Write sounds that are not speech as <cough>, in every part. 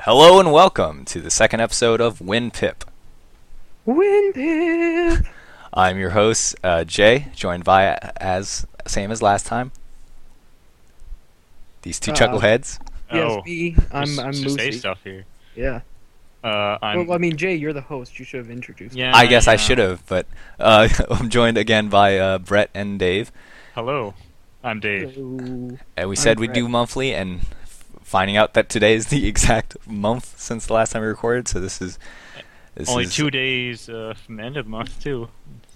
Hello and welcome to the second episode of Win Pip. Windpip. I'm your host, uh, Jay, joined by as same as last time. These two Uh, chuckleheads. Yes, Oh, me. just- I'm I'm just say Moosey. stuff here. Yeah. Uh, I'm. Well, I mean, Jay, you're the host. You should have introduced. yeah, I guess I yeah. should have, but uh, <laughs> I'm joined again by uh, Brett and Dave. Hello, I'm me. Dave. So- And we I'm said we'd Brett. do monthly, and f- finding out that today is the <laughs> exact month since the last time we recorded. So this is this Only is- two days uh, from the end of the month too.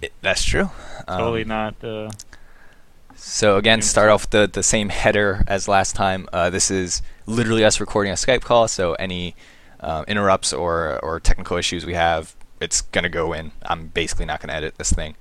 it- that's true. Um, Totally not. Uh, So again, Yeah. start off with the the same header as last time. Uh, this is literally us recording a Skype call, so any um, interrupts or or technical issues we have, it's gonna go in. I'm basically not gonna edit this thing.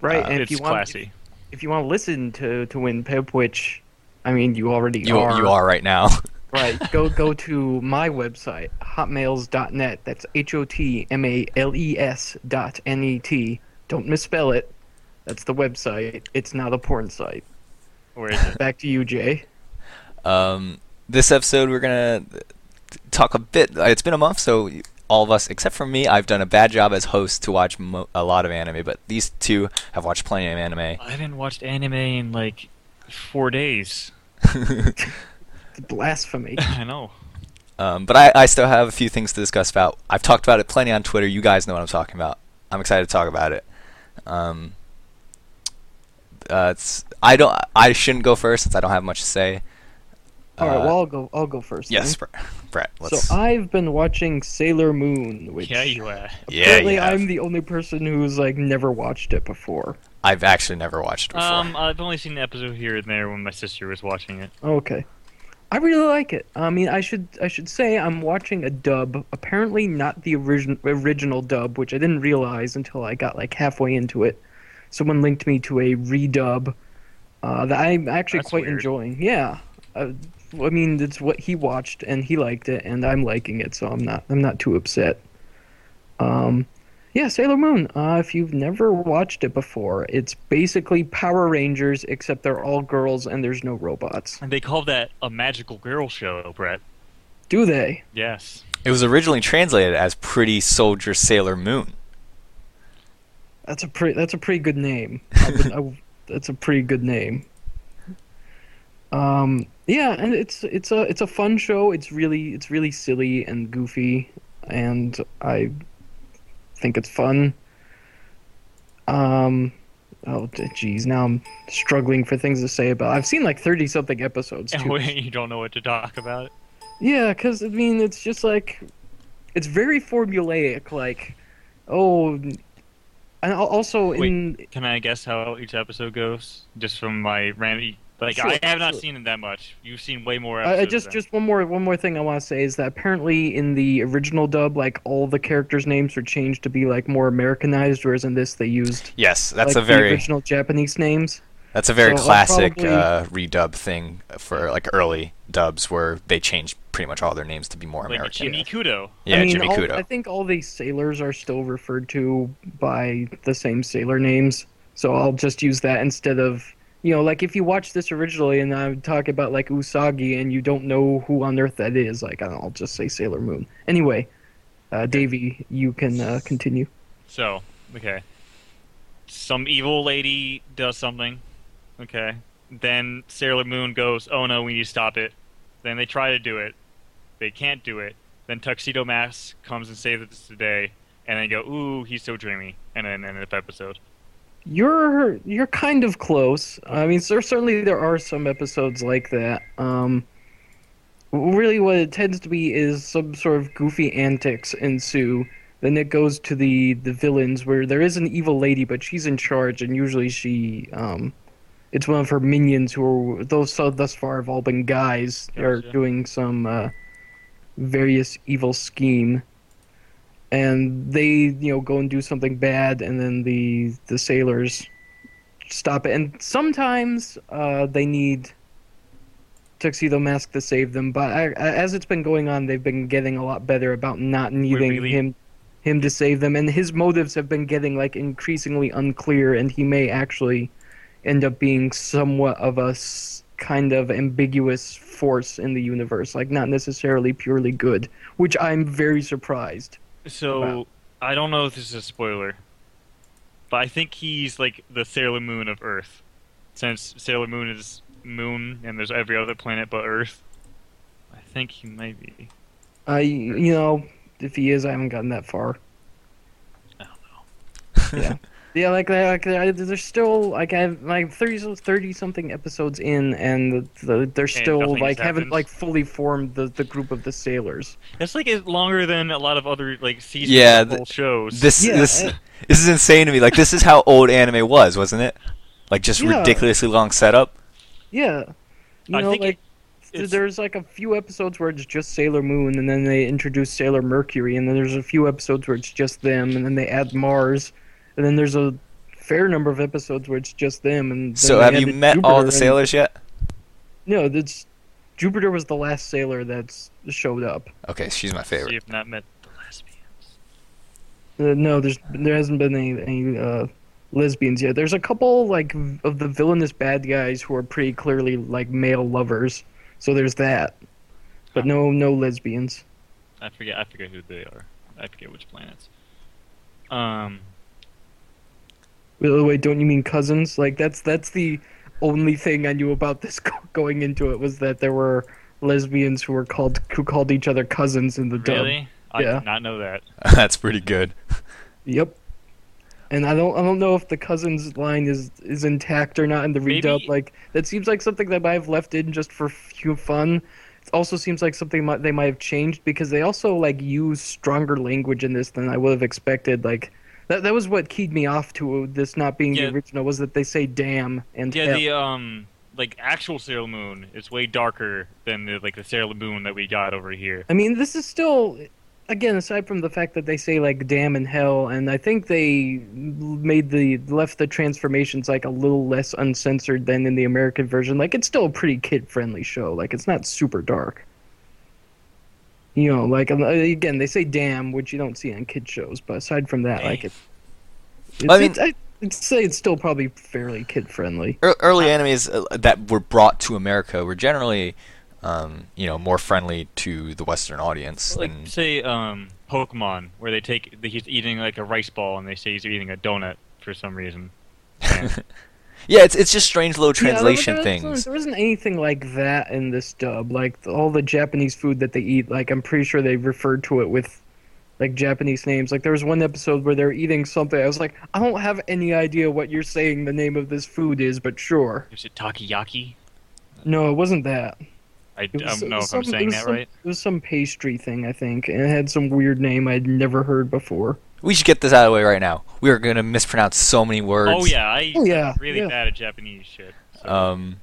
Right, Uh, and if it's you want, classy. if you want to listen to to Windpip, which I mean, you already You are. you are right now. <laughs> Right. Go go to my website, hotmails.net. That's h o t m a l e s dot n e t. Don't misspell it. That's the website. It's not a porn site. <laughs> Where is it? Back to you, Jay. Um, this episode, we're gonna t- talk a bit. uh, It's been a month, so all of us, except for me, I've done a bad job as host to watch mo- a lot of anime. But these two have watched plenty of anime. <laughs> I haven't watched anime in like <laughs> four days. It's <laughs> blasphemy. I know. Um, but I, I still have a few things to discuss about. I've talked about it plenty on Twitter. You guys know what I'm talking about. I'm excited to talk about it. Um, uh, it's I don't I shouldn't go first since I don't have much to say. All right. Uh, Well, I'll go. I'll go first. yes, then. Br- Brett. Let's, So uh, I've been watching Sailor Moon, which Yeah, you are. yeah, Apparently, yeah. I'm the only person who's like never watched it before. I've actually never watched it before. Um, I've only seen the episode here and there when my sister was watching it. Okay, I really like it. I mean, I should I should say I'm watching a dub. Apparently, not the origin- original dub, which I didn't realize until I got like halfway into it. Someone linked me to a redub uh, that I'm actually That's quite weird. enjoying. Yeah, uh, I mean, it's what he watched and he liked it, and I'm liking it, so I'm not I'm not too upset. Um, yeah, Sailor Moon. Uh, if you've never watched it before, it's basically Power Rangers except they're all girls and there's no robots. And they call that a magical girl show, Brett. Do they? Yes. it was originally translated as Pretty Soldier Sailor Moon. That's a pretty. That's a pretty good name. I would- I- that's a pretty good name. Um. Yeah, and it's it's a it's a fun show. It's really it's really silly and goofy, and I think it's fun. Um. Oh, d- geez, now I'm struggling for things to say about. I've seen like thirty something episodes <laughs> too. you don't know what to talk about. Yeah, because I mean, it's just like it's very formulaic. Like, oh, and al- also Wait. in Can I guess how each episode goes? Just from my random. Like Sure, I have not sure. seen it that much. You've seen way more. I- Episodes I just than- just one more one more thing I want to say is that apparently in the original dub, like all the characters' names are changed to be like more Americanized, whereas in this they used Yes, that's like, a the very original Japanese names. that's a very so I'll classic probably- uh, redub thing for like early dubs where they changed pretty much all their names to be more like American. Jimmy Kudo. Yeah, I mean, Jimmy all, uh, Kudo. I think all the sailors are still referred to by the same sailor names, so I'll just use that instead of you know, like if you watch this originally and I talk about like Usagi and you don't know who on earth that is, like I don't know, I'll just say Sailor Moon. Anyway, uh, Davey, you can uh, continue. So okay, some evil lady does something. Okay, then Sailor Moon goes, "Oh no, we need to stop it." Then they try to do it, they can't do it. Then Tuxedo Mask comes and saves us today, and then go, "Ooh, he's so dreamy," and then end up episode. You're you're kind of close. I mean, cer certainly there are some episodes like that. Um, really, what it tends to be is some sort of goofy antics ensue. Then it goes to the the villains, where there is an evil lady, but she's in charge, and usually she um, it's one of her minions who are those so thus far have all been guys are Gotcha. doing some uh, various evil scheme and they you know go and do something bad and then the the sailors stop it and sometimes uh, they need tuxedo mask to save them but I, I- as it's been going on they've been getting a lot better about not needing really- him him to save them and his motives have been getting like increasingly unclear and he may actually end up being somewhat of a s- kind of ambiguous force in the universe, like not necessarily purely good, which I'm very surprised. So Wow. I don't know if this is a spoiler, but I think he's like the Sailor Moon of Earth, since Sailor Moon is moon and there's every other planet but Earth. I think he might be. I, you know, if he is, I haven't gotten that far. I don't know. yeah, yeah, like, like I- there's still like I've like 30, 30 something episodes in, and the, the, they're still nothing like has haven't happened? like fully formed the the group of the sailors. That's like it's longer than a lot of other like seasons Yeah, of th- whole shows. <laughs> This Yeah, this I- this is insane to me. Like this is how old anime was, wasn't it? Like just Yeah. ridiculously long setup. Yeah, you I know, think it- like it's- there's like a few episodes where it's just Sailor Moon, and then they introduce Sailor Mercury, and then there's a few episodes where it's just them, and then they add Mars, and then there's a fair number of episodes where it's just them. And then So they have you added met all Jupiter, the and- sailors yet? No, that's Jupiter was the last sailor that's showed up. Okay, she's my So favorite. you've not met the lesbians. Uh, no, there's there hasn't been any, any uh, lesbians yet. There's a couple like v- of the villainous bad guys who are pretty clearly like male lovers. So there's that, but no no lesbians. I forget. I forget who they are. I forget which planets. Um. Wait, wait, don't you mean cousins? Like that's that's the only thing I knew about this <laughs> go- going into it was that there were lesbians who were called who called each other cousins in the dub. Really? I Yeah. did not know that. <laughs> That's pretty good. Yep. And I don't I don't know if the cousins line is is intact or not in the Maybe- redub. Like that seems like something they might have left in just for fu- fun. It also seems like something mi- they might have changed because they also like use stronger language in this than I would have expected. Like. That, that was what keyed me off to this not being Yeah. the original was that they say damn and Yeah, hell. the um, like actual Sailor Moon is way darker than the like the Sailor Moon that we got over here. I mean, this is still, again, aside from the fact that they say like "damn" and "hell," and I think they made the left the transformations like a little less uncensored than in the American version. Like, it's still a pretty kid-friendly show. Like, it's not super dark. You know, like um, again, they say "damn," which you don't see on kid shows. But aside from that, like, it, it's, I mean- it's, I, would say it's still probably fairly kid-friendly. Ear- Early animes uh, that were brought to America were generally, um, you know, more friendly to the Western audience. Like than- say um, Pokemon, where they take he's eating like a rice ball and they say he's eating a donut for some reason. And yeah, it's it's just strange little translation yeah, there- there wasn't- things. There wasn't anything like that in this dub. Like the- all the Japanese food that they eat, like I'm pretty sure they referred to it with like Japanese names. Like there was one episode where they're eating something. I was like, I don't have any idea what you're saying the name of this food is, but sure. is it Takiyaki? No, it wasn't that. I It was, don't it know was if I'm some- it saying was that some- right. It was some pastry thing, I think, and it had some weird name I'd never heard before. We should get this out of the way right now. We are gonna mispronounce so many words. Oh yeah, I Oh, yeah, am really yeah. bad at Japanese shit. so- Um,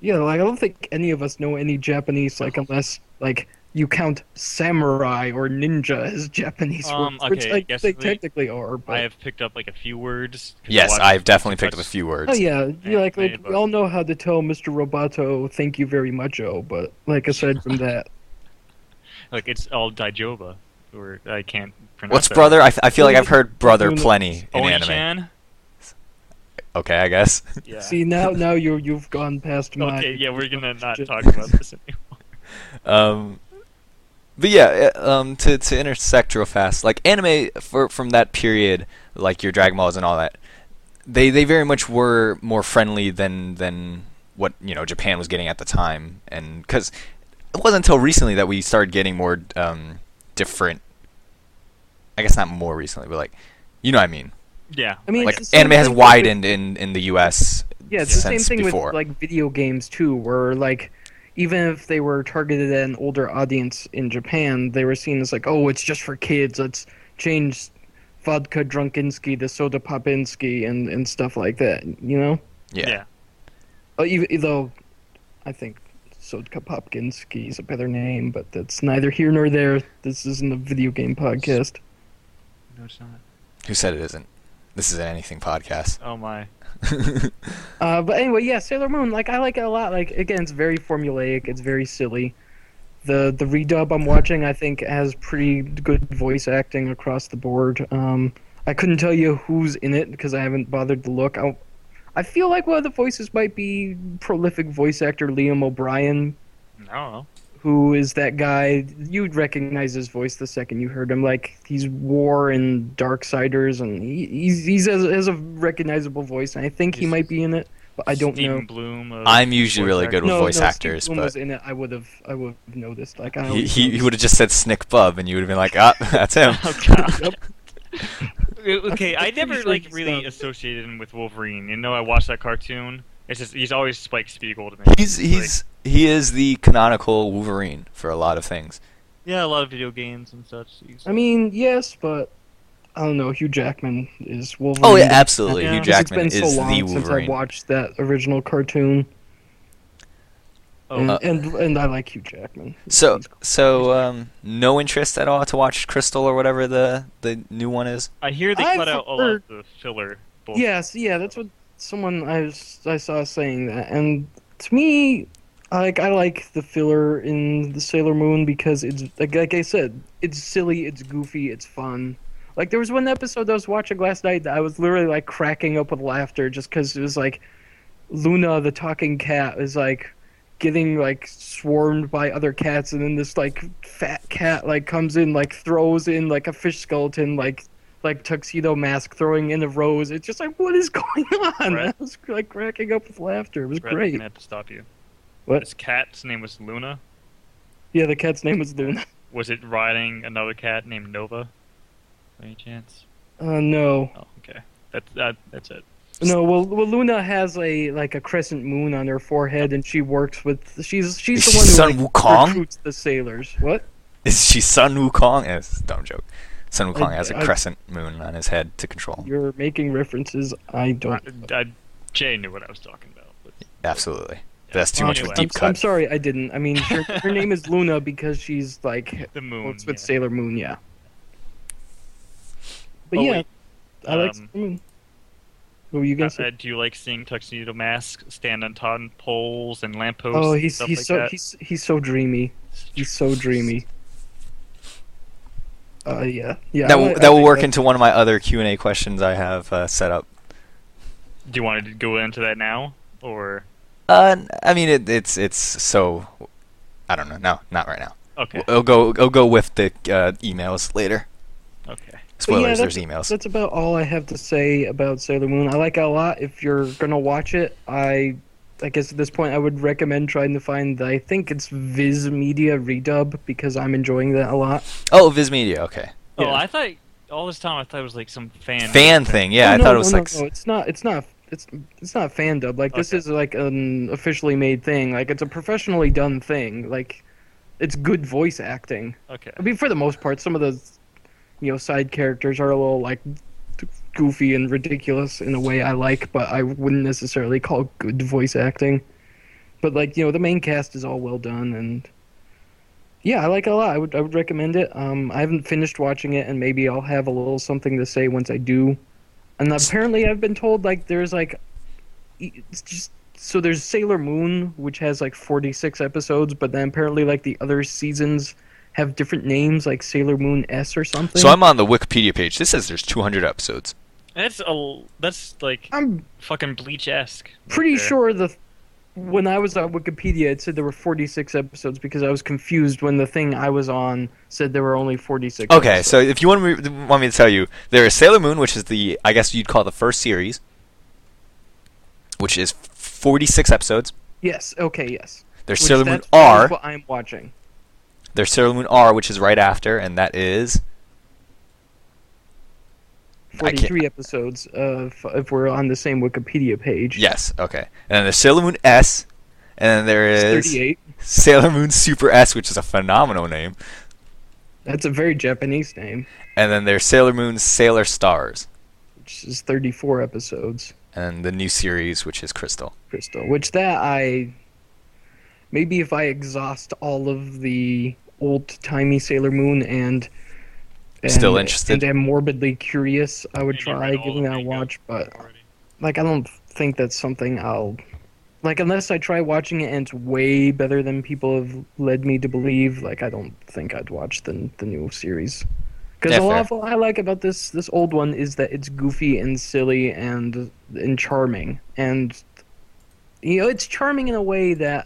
Yeah, like I don't think any of us know any Japanese, like unless like you count samurai or ninja as Japanese Um, words, okay, which like, yes, they the- technically are. But I have picked up like a few words. 'cause I yes, watched- I've definitely picked up a watched- few oh words. yeah, you like, Yeah, like we but- all know how to tell Mr. Roboto thank you very much, oh. But like aside from that, Like it's all Daijoba, or I can't <laughs> pronounce. What's that. brother? I, f- I feel like I've heard brother Who knows? plenty in anime. Oni-chan? Okay, I guess. <laughs> <laughs> Yeah. see now now you you've gone past my. Okay, yeah, we're <laughs> gonna not just- talk about this anymore. Um, but yeah, uh, um, to to intersect real fast, like anime for, from that period, like your Dragon Balls and all that, they they very much were more friendly than than what you know Japan was getting at the time, and because it wasn't until recently that we started getting more um different. I guess not more recently, but like, you know what I mean. Yeah. I mean, Like it's the same anime has thing with- widened in in the U.S. Yeah, it's the same since thing before. with like video games too, where like even if they were targeted at an older audience in Japan, they were seen as like, oh, it's just for kids. Let's change vodka drunkinsky to soda popinski and and stuff like that. You know, yeah. Uh, even, though I think soda popinski is a better name, but that's neither here nor there. This isn't a video game podcast. No, it's not. Who said it isn't? This is an anything podcast. Oh my. Uh, but anyway, yeah, Sailor Moon. Like I like it a lot. Like again, it's very formulaic. It's very silly. The the redub I'm watching, I think, has pretty good voice acting across the board. Um, I couldn't tell you who's in it because I haven't bothered to look. I, I feel like one of the voices might be prolific voice actor Liam O'Brien, I don't know. who is that guy. You'd recognize his voice the second you heard him. Like he's War and Darksiders, and he, he's he's has, has a recognizable voice, and I think he He's- might be in it, but I don't Stephen know. Bloom. of I'm usually voice really actor. good with no, voice no, actors, Steve Bloom but- was in it. I would have I would have noticed. Like I He always he, notice. would have just said Snick Bub, and you would have been like, ah, <laughs> that's <laughs> him. Oh <laughs> god. Ah, <laughs> Yep. okay, I <laughs> I'm pretty never sure like he's really not- associated him with Wolverine. You know, I watched that cartoon. It's just he's always Spike Spiegel to me. He's Like, he's he is the canonical Wolverine for a lot of things. yeah, a lot of video games and such. He's- I mean, yes, but I don't know. Hugh Jackman is Wolverine. Oh yeah, absolutely. Yeah. Hugh Because Jackman it's been is so long the since I Wolverine. watched that original cartoon. Oh. and, Uh, and and I like Hugh Jackman. So He's- so um, no interest at all to watch Crystal or whatever the the new one is. <laughs> I hear they I cut out a lot of prefer- the filler. bullshit. yes, yeah, that's what someone I s- I saw saying that, and to me, I like I like the filler in the Sailor Moon because it's like, like I said, it's silly, it's goofy, it's fun. Like there was one episode I was watching last night that I was literally like cracking up with laughter just because it was like Luna the talking cat is like getting like swarmed by other cats and then this like fat cat like comes in like throws in like a fish skeleton like like tuxedo mask throwing in a rose it's just like what is <laughs> going on Right. i was like cracking up with laughter it was Brett, I'm great gonna have to stop you. What? This cat's name was Luna. yeah the cat's name was luna Was it riding another cat named Nova? By any chance? uh no Oh, okay. That's that. That's it. no well, well luna has a like a crescent moon on her forehead and she works with she's Is she's the she one who Sun like, Wukong? recruits the sailors what Is she Sun Wukong? Eh, It's a dumb joke. Sun Wukong has a I- crescent moon on his head to control. him. you're making references i I, don't I, Jay knew what I was talking about. but- Absolutely. yeah. That's too much of a Anyway, deep I'm, I'm cut. sorry, I didn't. I mean, <laughs> her, her name is Luna because she's like The moon. works with yeah. Sailor Moon, yeah. But Oh, yeah, wait, I like um, Sailor Moon. Who were you Uh, gonna say? uh, do you like seeing tuxedo mask stand on top of poles and lampposts? Oh, and he's stuff he's like so that? he's he's so dreamy. He's so dreamy. Uh, yeah, yeah. I That like- will, I that will like work into one of my other Q and A questions I have uh, set up. Do you want to go into that now, or Uh, n- I mean, it, it's it's so. I don't know. No, not right now. okay, I'll go. I'll go with the uh, emails later. uh, okay, But yeah, Spoilers. there's that's- emails. That's about all I have to say about Sailor Moon. I like it a lot. If you're gonna watch it, I, I guess at this point I would recommend trying to find. The, I think it's Viz Media redub because I'm enjoying that a lot. Oh, Viz Media. Okay. Oh, Yeah. I thought all this time I thought it was like some fan Fan thing. Yeah, Oh, I no, thought it was no, like. s- No, it's not. It's not. It's it's not fan dub. Like this Okay. is like an officially made thing. Like it's a professionally done thing. Like, it's good voice acting. Okay, I mean, for the most part, some of the, you know, side characters are a little like goofy and ridiculous in a way I like, but I wouldn't necessarily call good voice acting. But like you know, the main cast is all well done, and yeah, I like it a lot. I would I would recommend it. Um, I haven't finished watching it, and maybe I'll have a little something to say once I do. And apparently, I've been told like there's like, e, it's just so there's Sailor Moon, which has like 46 episodes, but then apparently like the other seasons have different names, like Sailor Moon S or something. So I'm on the Wikipedia page. This says there's 200 episodes. that's a that's like I'm fucking bleach esque. pretty sure the when I was on Wikipedia, it said there were 46 episodes because I was confused when the thing I was on said there were only 46. Okay, episodes. so if you want me want me to tell you, there is Sailor Moon, which is the I guess you'd call the first series, which is 46 episodes. yes, okay, yes. There's Which Sailor Moon that's- that R. is what I'm watching. There's Sailor Moon R, which is right after, and that is 43 episodes of if we're on the same Wikipedia page. yes, okay. And then there's Sailor Moon S, and then there It's is 38. Sailor Moon Super S, which is a phenomenal name, That's a very Japanese name, and then there's Sailor Moon Sailor Stars, which is 34 episodes. and the new series, which is Crystal. crystal which that i maybe if i exhaust all of the old timey sailor moon and, and Still interested? and am morbidly curious i would And you try read all giving the that a manga watch but already. like i don't think that's something i'll like unless i try watching it and it's way better than people have led me to believe like i don't think i'd watch the, the new series Because Yeah, a lot fair. of what I like about this this old one is that it's goofy and silly and and charming, and you know it's charming in a way that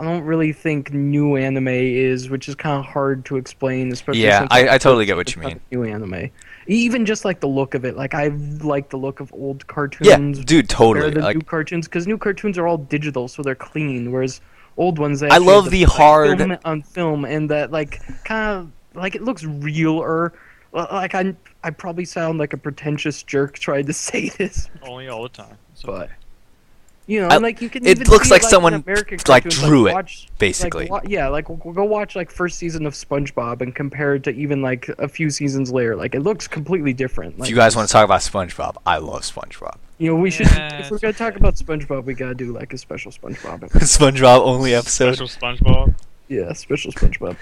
I don't really think new anime is, which is kind of hard to explain, especially Yeah, since I, I it's totally get what you mean. kind of New anime, even just like the look of it. Like I like the look of old Yeah, cartoons. dude, compared totally. to Like, new cartoons because new cartoons are all digital, so they're clean, whereas old ones. They I actually love have the to, like, hard- film it on film, and that like kind of like it looks realer. Well, Like I, I probably sound like a pretentious jerk trying to <laughs> say this, Only all the time. So but you know, I- and, like you can. it even looks see, like in someone, American like, cartoons, drew it, watch- like, basically. wa- yeah, like w- go watch like first season of SpongeBob and compare it to even like a few seasons later. Like it looks completely different. if Like, you guys want to talk about SpongeBob, I love SpongeBob. <laughs> you know, we should. Yeah, If we're it's gonna talk about SpongeBob, we gotta do like a special SpongeBob. SpongeBob only episode. Special SpongeBob. Yeah, special SpongeBob.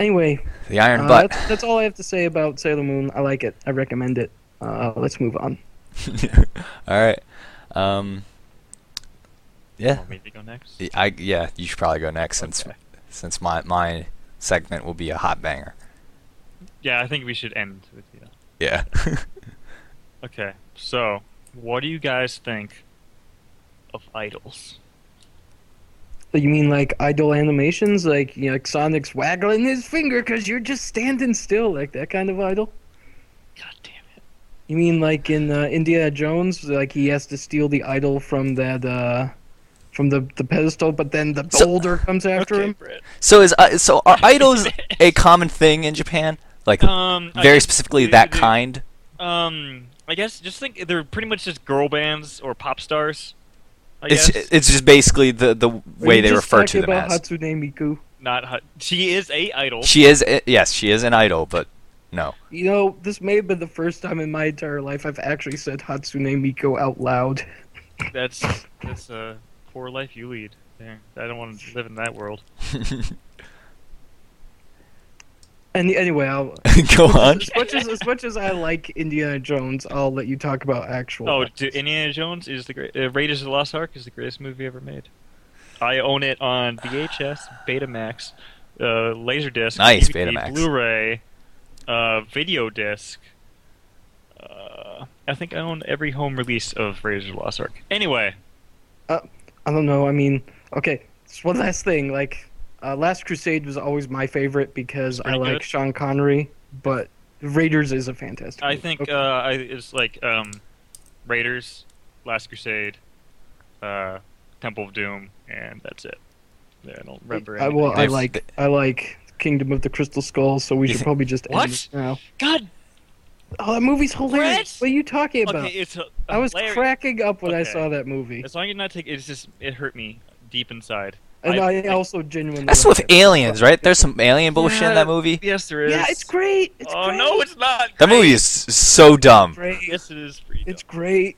Anyway, The Iron uh, Butt. that's, that's all I have to say about Sailor Moon. I like it. I recommend it. Uh, let's move on. <laughs> All right. Um, yeah. Want me to go next? Y- I yeah. You should probably go next since Okay. since my my segment will be a hot banger. Yeah, I think we should end with you. Yeah. Okay, so what do you guys think of idols? You mean like idol animations, like you know, like Sonic's waggling his finger because you're just standing still, like that kind of idol? God damn it! You mean like in uh, Indiana Jones, like he has to steal the idol from that uh, from the the pedestal, but then the So- boulder comes after him. Brett. <laughs> so is uh, so are idols a common thing in Japan? Like Um, I very guess- specifically they- that they- kind. Um, I guess just think they're pretty much just girl bands or pop stars. I It's guess it's just basically the the Are way you they just refer to talking them about as. Hatsune Miku. not. Hu- she is a idol. She is i- yes, she is an idol, but no. <laughs> You know, this may have been the first time in my entire life I've actually said Hatsune Miku out loud. That's that's a poor life you lead. There, I don't want to live in that world. And anyway, I'll, <laughs> Go on. as much as as much as I like Indiana Jones, I'll let you talk about actual. Oh, d Indiana Jones is the great. Uh, Raiders of the Lost Ark is the greatest movie ever made. I own it on VHS, Betamax, uh, Laserdisc, Nice, DVD, Betamax. Blu-ray, uh, video disc. Uh, I think I own every home release of Raiders of the Lost Ark. Anyway, I don't know. I mean, okay, it's one last thing. Like, uh, Last Crusade was always my favorite because I Pretty like good. Sean Connery, but Raiders is a fantastic. I movie. think Okay. uh, I, it's like um, Raiders, Last Crusade, uh, Temple of Doom, and that's it. Yeah, I don't remember. I, anything well, I They've- like I like Kingdom of the Crystal Skull, so we You should think- probably just What? end it now. God, Oh, that movie's hilarious. What? What are you talking about? okay, it's h- I was hilarious. cracking up when I Okay. saw that movie, As long as you're not taking, it's just it hurt me deep inside. and I- I, also genuinely. That's like with it. aliens, right? There's some alien bullshit in Yeah. that movie. Yes, there is. Yeah, it's great. It's oh great. no, it's not. That great. movie is so dumb. great. Yes, it is. Pretty It's it's great.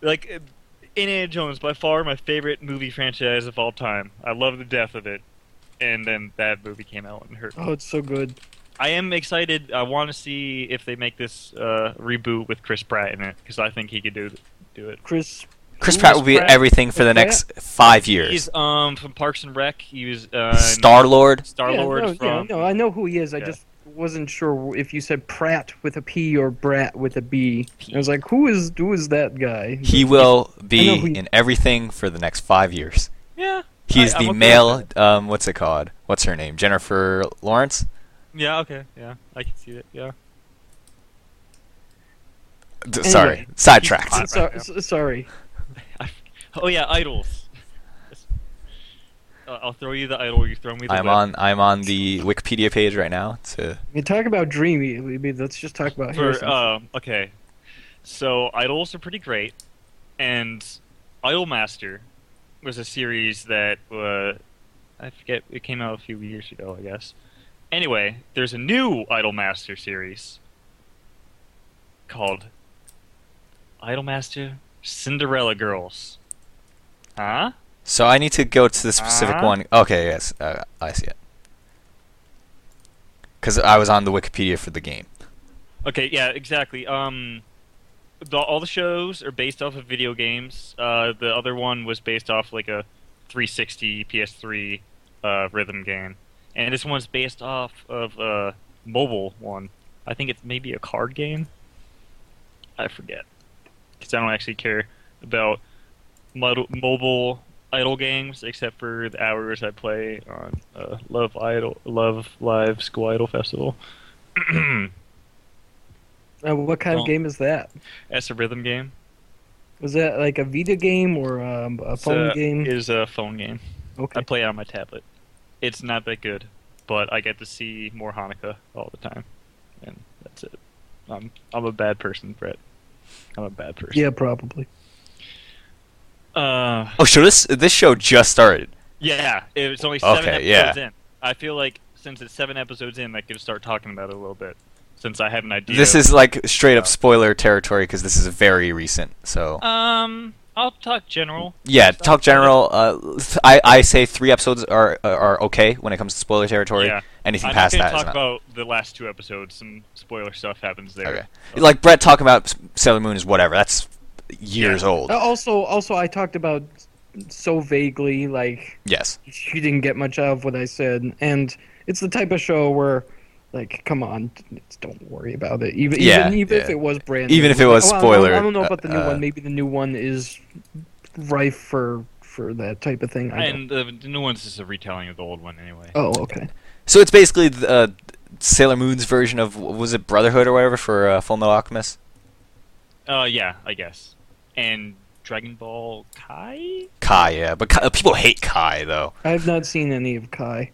like uh, Indiana Jones, by far my favorite movie franchise of all time. I love the death of it, and then that movie came out and hurt. me. Oh, it's so good. I am excited. I want to see if they make this uh, reboot with Chris Pratt in it because I think he could do do it. Chris. Chris Pratt will be Pratt- everything for the Pratt- next five years. He's um from Parks and Rec. He was uh, Star Lord. Star Lord yeah, no, from. yeah, no, I know who he is. I Yeah. just wasn't sure if you said Pratt with a P or Brat with a B. P. I was like, who is who is that guy? He will be I know who you- in everything for the next five years. Yeah. He is I- I'm okay the with male. Um, what's it called? What's her name? Jennifer Lawrence. Yeah. Okay. Yeah. I can see it. <laughs> Yeah. D- Anyway. Sorry, sidetracked. He's- So- Right so- so- now. sorry. Oh yeah, idols. Uh, I'll throw you the idol. You throw me the. I'm whip. on. I'm on the Wikipedia page right now. To We talk about dreamy. we- we- Let's just talk about For, Harrison. um, okay, so idols are pretty great, and Idolmaster was a series that uh, I forget it came out a few years ago, I guess. Anyway, there's a new Idolmaster series called Idolmaster Cinderella Girls. Huh? so I need to go to the specific Uh-huh. one. Okay, yes, uh, I see it. Because I was on the Wikipedia for the game. Okay, yeah, exactly. Um, the, all the shows are based off of video games. Uh, the other one was based off like a 360 PS3 uh, rhythm game, and this one's based off of a mobile one. I think it's maybe a card game. I forget because I don't actually care about mod- mobile idle games except for the hours I play on uh, Love Idol, Love Live Squidle Festival. <clears throat> Uh, what kind Well- of game is that? That's a rhythm game. Was that like a Vita game or um, a It's phone a- game? It is a phone game. I okay. play it on my tablet. It's not that good, but I get to see more Hanukkah all the time, and that's it. I'm I'm a bad person, Brett. I'm a bad person. Yeah, probably. Uh, Oh, so this this show just started. yeah. It was only seven Okay, yeah. episodes in. I feel like since it's seven episodes in, I could start talking about it a little bit, since I have an idea. This is like straight up Yeah. spoiler territory because this is very recent. So Um, I'll talk general. yeah, Stop talk general. Uh, I I say three episodes are are okay when it comes to spoiler territory. Yeah. Anything I'm not past gonna that talk is not. about the last two episodes. Some spoiler stuff happens there. okay. Like Brett talking about S- Sailor Moon is whatever. That's years old. Uh, Also, also, I talked about so vaguely, like Yes. she didn't get much out of what I said, and it's the type of show where, like, come on, just don't worry about it. Even Yeah, even, even if yeah. it was brand, Even new. if it was Well, I don't- spoiler, I don't know about the new uh, one. Maybe the new one is rife for for that type of thing. I don't- And the, the new one's just a retelling of the old one, anyway. oh, okay. So it's basically the, uh, Sailor Moon's version of was it Brotherhood or whatever for uh, Full Metal Alchemist? Uh, yeah, I guess. And Dragon Ball Kai? Kai, yeah, but Kai, people hate Kai though. I have not seen any of Kai.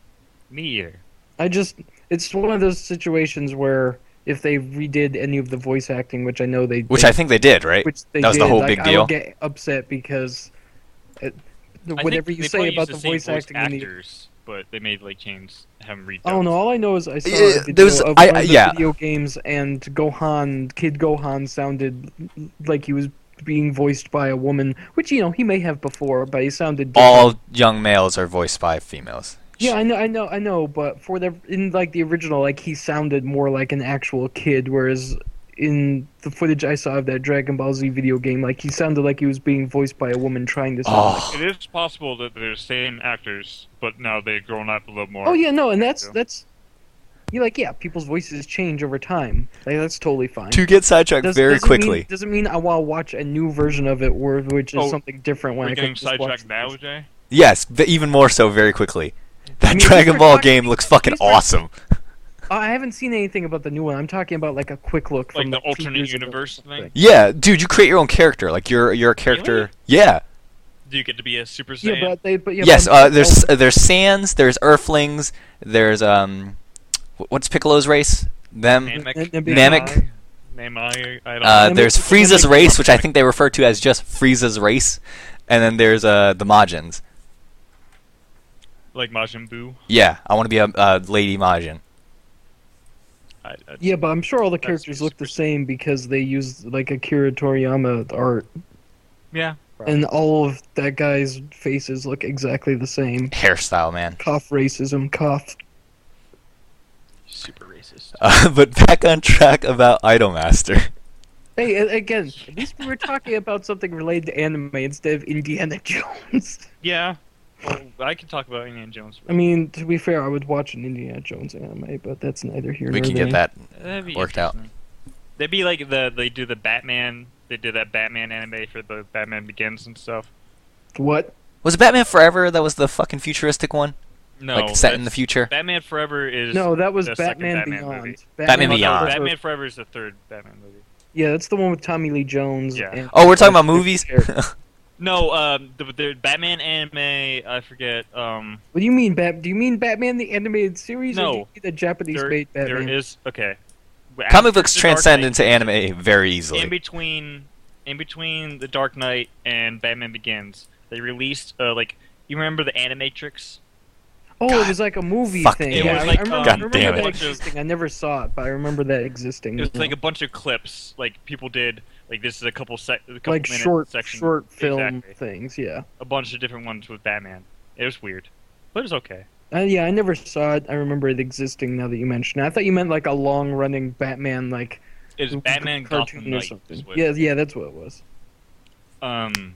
Me either. I just it's one of those situations where if they redid any of the voice acting, which I know they Which did, I think they did, right? which they that was the did, whole like, big I deal. would get upset because it, I think whatever you they say probably about used the, same voice acting in the Oh, actors, but they made like change have them read. I don't know. All I know is I saw Yeah, a video there was- of I- one I- of the yeah. video games and Gohan, Kid Gohan, sounded like he was being voiced by a woman, which you know he may have before, but he sounded different. All young males are voiced by females. Yeah, I know, I know, I know. But for the in like the original, like he sounded more like an actual kid, whereas in the footage I saw of that Dragon Ball Z video game, like he sounded like he was being voiced by a woman trying to sound. like- Oh, It is possible that they're the same actors, but now they've grown up a little more. Oh yeah, no, and that's Yeah. that's. You like yeah, people's voices change over time. Like that's totally fine. to get sidetracked Does- very doesn't mean- quickly. doesn't mean I want to watch a new version of it, or which is Oh, something different. When We're I getting could just watch sidetracked now, this. Jay. Yes, but even more so very quickly. That I mean, Dragon these are Ball fucking- game looks fucking these are- awesome. I haven't seen anything about the new one. I'm talking about like a quick look Like from the two alternate years ago or universe something. thing. Yeah, dude, you create your own character. Like you're you're a character. Really? Yeah. Do you get to be a Super Saiyan? Yeah, but they. But yeah, yes. but I'm Uh, saying there's alternate- uh, there's Sans. There's Earthlings. There's um, wh- what's Piccolo's race? Them. N- Namek. N- Namek. Namek. I don't Uh, Namek- there's Frieza's Namek- race, which I think they refer to as just Frieza's race, and then there's uh the Majins. like Majin Buu. Yeah, I want to be a uh, Lady Majin. I, I, Yeah, but I'm sure all the That's characters look the super- same because they used like Akira Toriyama art, yeah. and all of that guy's faces look exactly the same. Hairstyle, man. <laughs> Cough racism, cough. Super racist. Uh, but back on track about Idolmaster. Hey, a- again, at least we were talking about something related to anime instead of Indiana <laughs> Jones. Yeah. Well, I can talk about Indiana Jones. I mean, to be fair, I would watch an Indiana Jones anime, but that's neither here We nor can get there. that. That'd be Worked out. interesting. They'd be like the they do the Batman. They did that Batman anime for the Batman Begins and stuff. What? Was it Batman Forever? That was the fucking futuristic one, No, like set in the that's- future. Batman Forever is No, that was the second Batman, Batman Beyond. movie. Batman no, Beyond. Batman Forever is the third Batman movie. Yeah, that's the one with Tommy Lee Jones. Yeah. and- Oh, we're talking about movies. <laughs> No, um, the, the Batman anime. I forget. Um, What do you mean, Bat? Do you mean Batman the animated series? No. or do you mean the Japanese-made there, Batman. there is okay. After Comic books the Dark transcend Knight- into anime very easily. in between in between the Dark Knight and Batman Begins, they released uh, like you remember the Animatrix? oh, God. it was like a movie Fuck thing. me. It Yeah, was I- like, I remember, um, God I remember damn that it. existing. I never saw it, but I remember that existing. It was like a bunch of clips like people did. Like this is a couple sec, a couple Like minute short, section, short film Exactly. things. Yeah. a bunch of different ones with Batman. It was weird, but it was okay. Uh, yeah, I never saw it. I remember it existing. Now that you mention it, I thought you meant like a long-running Batman, like It was Batman Gotham cartoon or Knight. something. is what- Yeah, yeah, that's what it was. Um.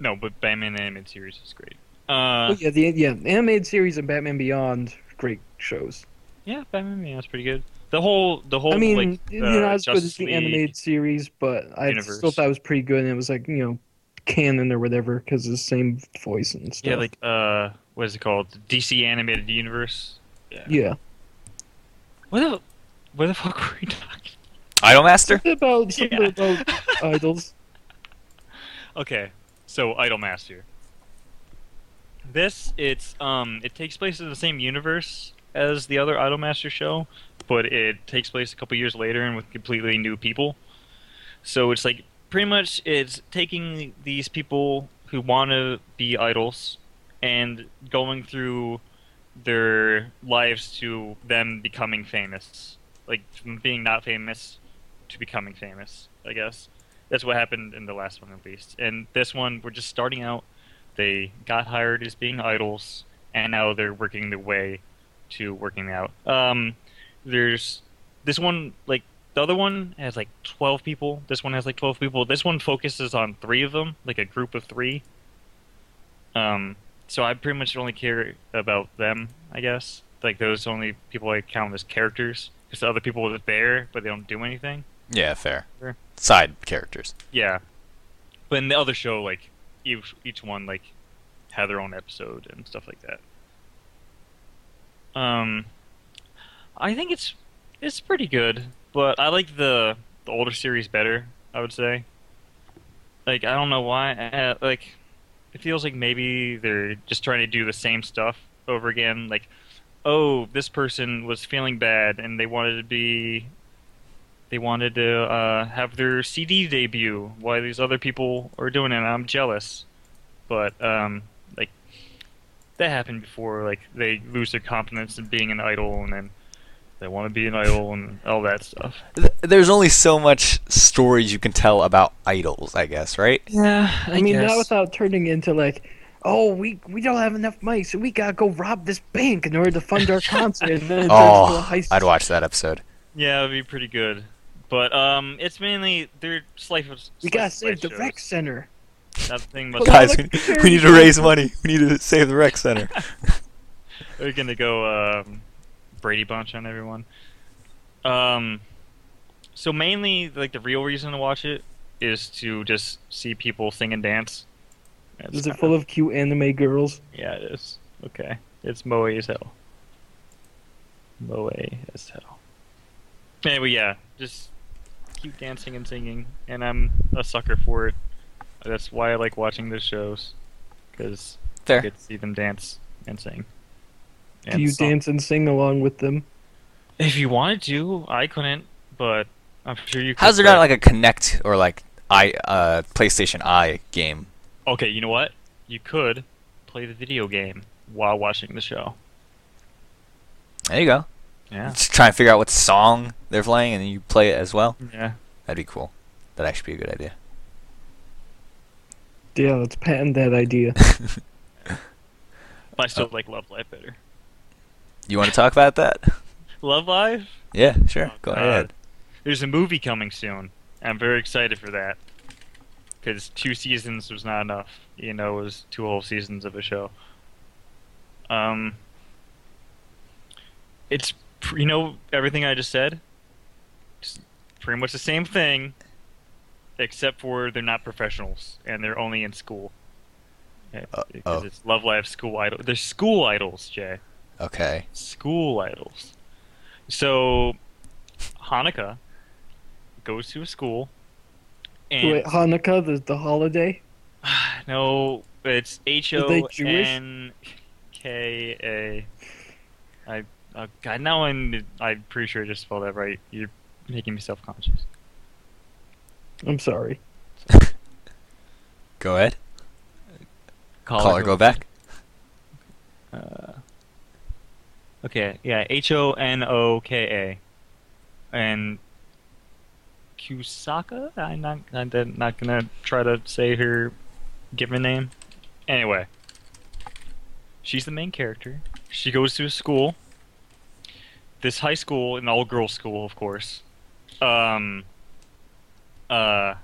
No, but Batman the animated series is great. Uh, Well, yeah, the yeah the animated series and Batman Beyond, great shows. Yeah, Batman Meow's pretty good. The whole the whole I mean, like you uh, know, not as good as Justice the League- animated series, but I universe. still thought it was pretty good, and it was like you know, canon or whatever because the same voice and stuff. Yeah, like uh, what is it called? DC animated universe. <laughs> yeah. What the what the fuck were we talking? Idol Master? Something about something Yeah. about <laughs> idols. Okay, so Idolmaster. This it's um it takes place in the same universe as the other Idolmaster show, but it takes place a couple years later and with completely new people. So it's like pretty much it's taking these people who want to be idols and going through their lives to them becoming famous, like from being not famous to becoming famous, I guess that's what happened in the last one at least. And this one, we're just starting out. They got hired as being idols, and now they're working their way to working out. Um, there's this one, like the other one has like 12 people. This one has like 12 people. This one focuses on three of them, like a group of three. Um, so I pretty much only care about them, I guess. Like those only people I count as characters, because the other people are there, but they don't do anything. Yeah, fair. Sure. Side characters. Yeah, but in the other show, like each each one like had their own episode and stuff like that. Um, I think it's it's pretty good, but I like the the older series better. I would say. Like I don't know why. Uh, like it feels like maybe they're just trying to do the same stuff over again. Like, oh, this person was feeling bad and they wanted to be they wanted to uh, have their CD debut while these other people are doing it. And I'm jealous, but um, like that happened before. Like they lose their confidence in being an idol, and then they want to be an idol and all that stuff. Th- there's only so much stories you can tell about idols, I guess, right? Yeah, <laughs> I, mean, not without turning into like, oh, we we don't have enough money, so we gotta go rob this bank in order to fund our concert. And then it turns Oh, into a heist. I'd watch that episode. yeah, it'd be pretty good. But um, it's mainly their slice of. Slice We gotta of save life the shows. rec center. Nothing Well, much. Guys, we, like the we need to very- raise money. We need to save the rec <laughs> center. They're gonna go um, Brady Bunch on everyone. Um, so mainly, like the real reason to watch it is to just see people sing and dance. That's Is it kinda- full of cute anime girls? Yeah, it is. Okay, it's moe as hell. Moe as hell. Anyway, yeah, just keep dancing and singing, and I'm a sucker for it. That's why I like watching those shows, because I Fair. get to see them dance and sing. Do And you song. dance and sing along with them? If you wanted to, I couldn't, but I'm sure you could. How's there but- not like a Connect or like I uh, PlayStation I game? Okay, you know what? You could play the video game while watching the show. There you go. Yeah. Just try and figure out what song they're playing, and then you play it as well. Yeah. That'd be cool. That'd actually be a good idea. Yeah, let's patent that idea. But I still like Love Live better. You want to talk about that? Love Live? Yeah, sure. Go Uh, ahead. There's a movie coming soon. I'm very excited for that. Because two seasons was not enough. You know, it was two whole seasons of a show. Um, it's, pr- you know, everything I just said? It's pretty much the same thing, except for they're not professionals and they're only in school. Yeah, Uh, Because oh. it's Love Live School Idol. They're school idols, Jay Okay. school idols. So Hanukkah goes to a school and Wait, Hanukkah, the the holiday. <sighs> no, it's H Are O they Jewish? N K A. I uh, God, now I'm I'm pretty sure I just spelled that right. You're making me self-conscious. I'm sorry. Go ahead. Call or go back. Uh, okay, yeah, H O N O K A, and Kusaka. I'm not, I'm de- not gonna try to say her given name. Anyway, she's the main character. She goes to a school. This high school, an all-girls school, of course. Um. Uh,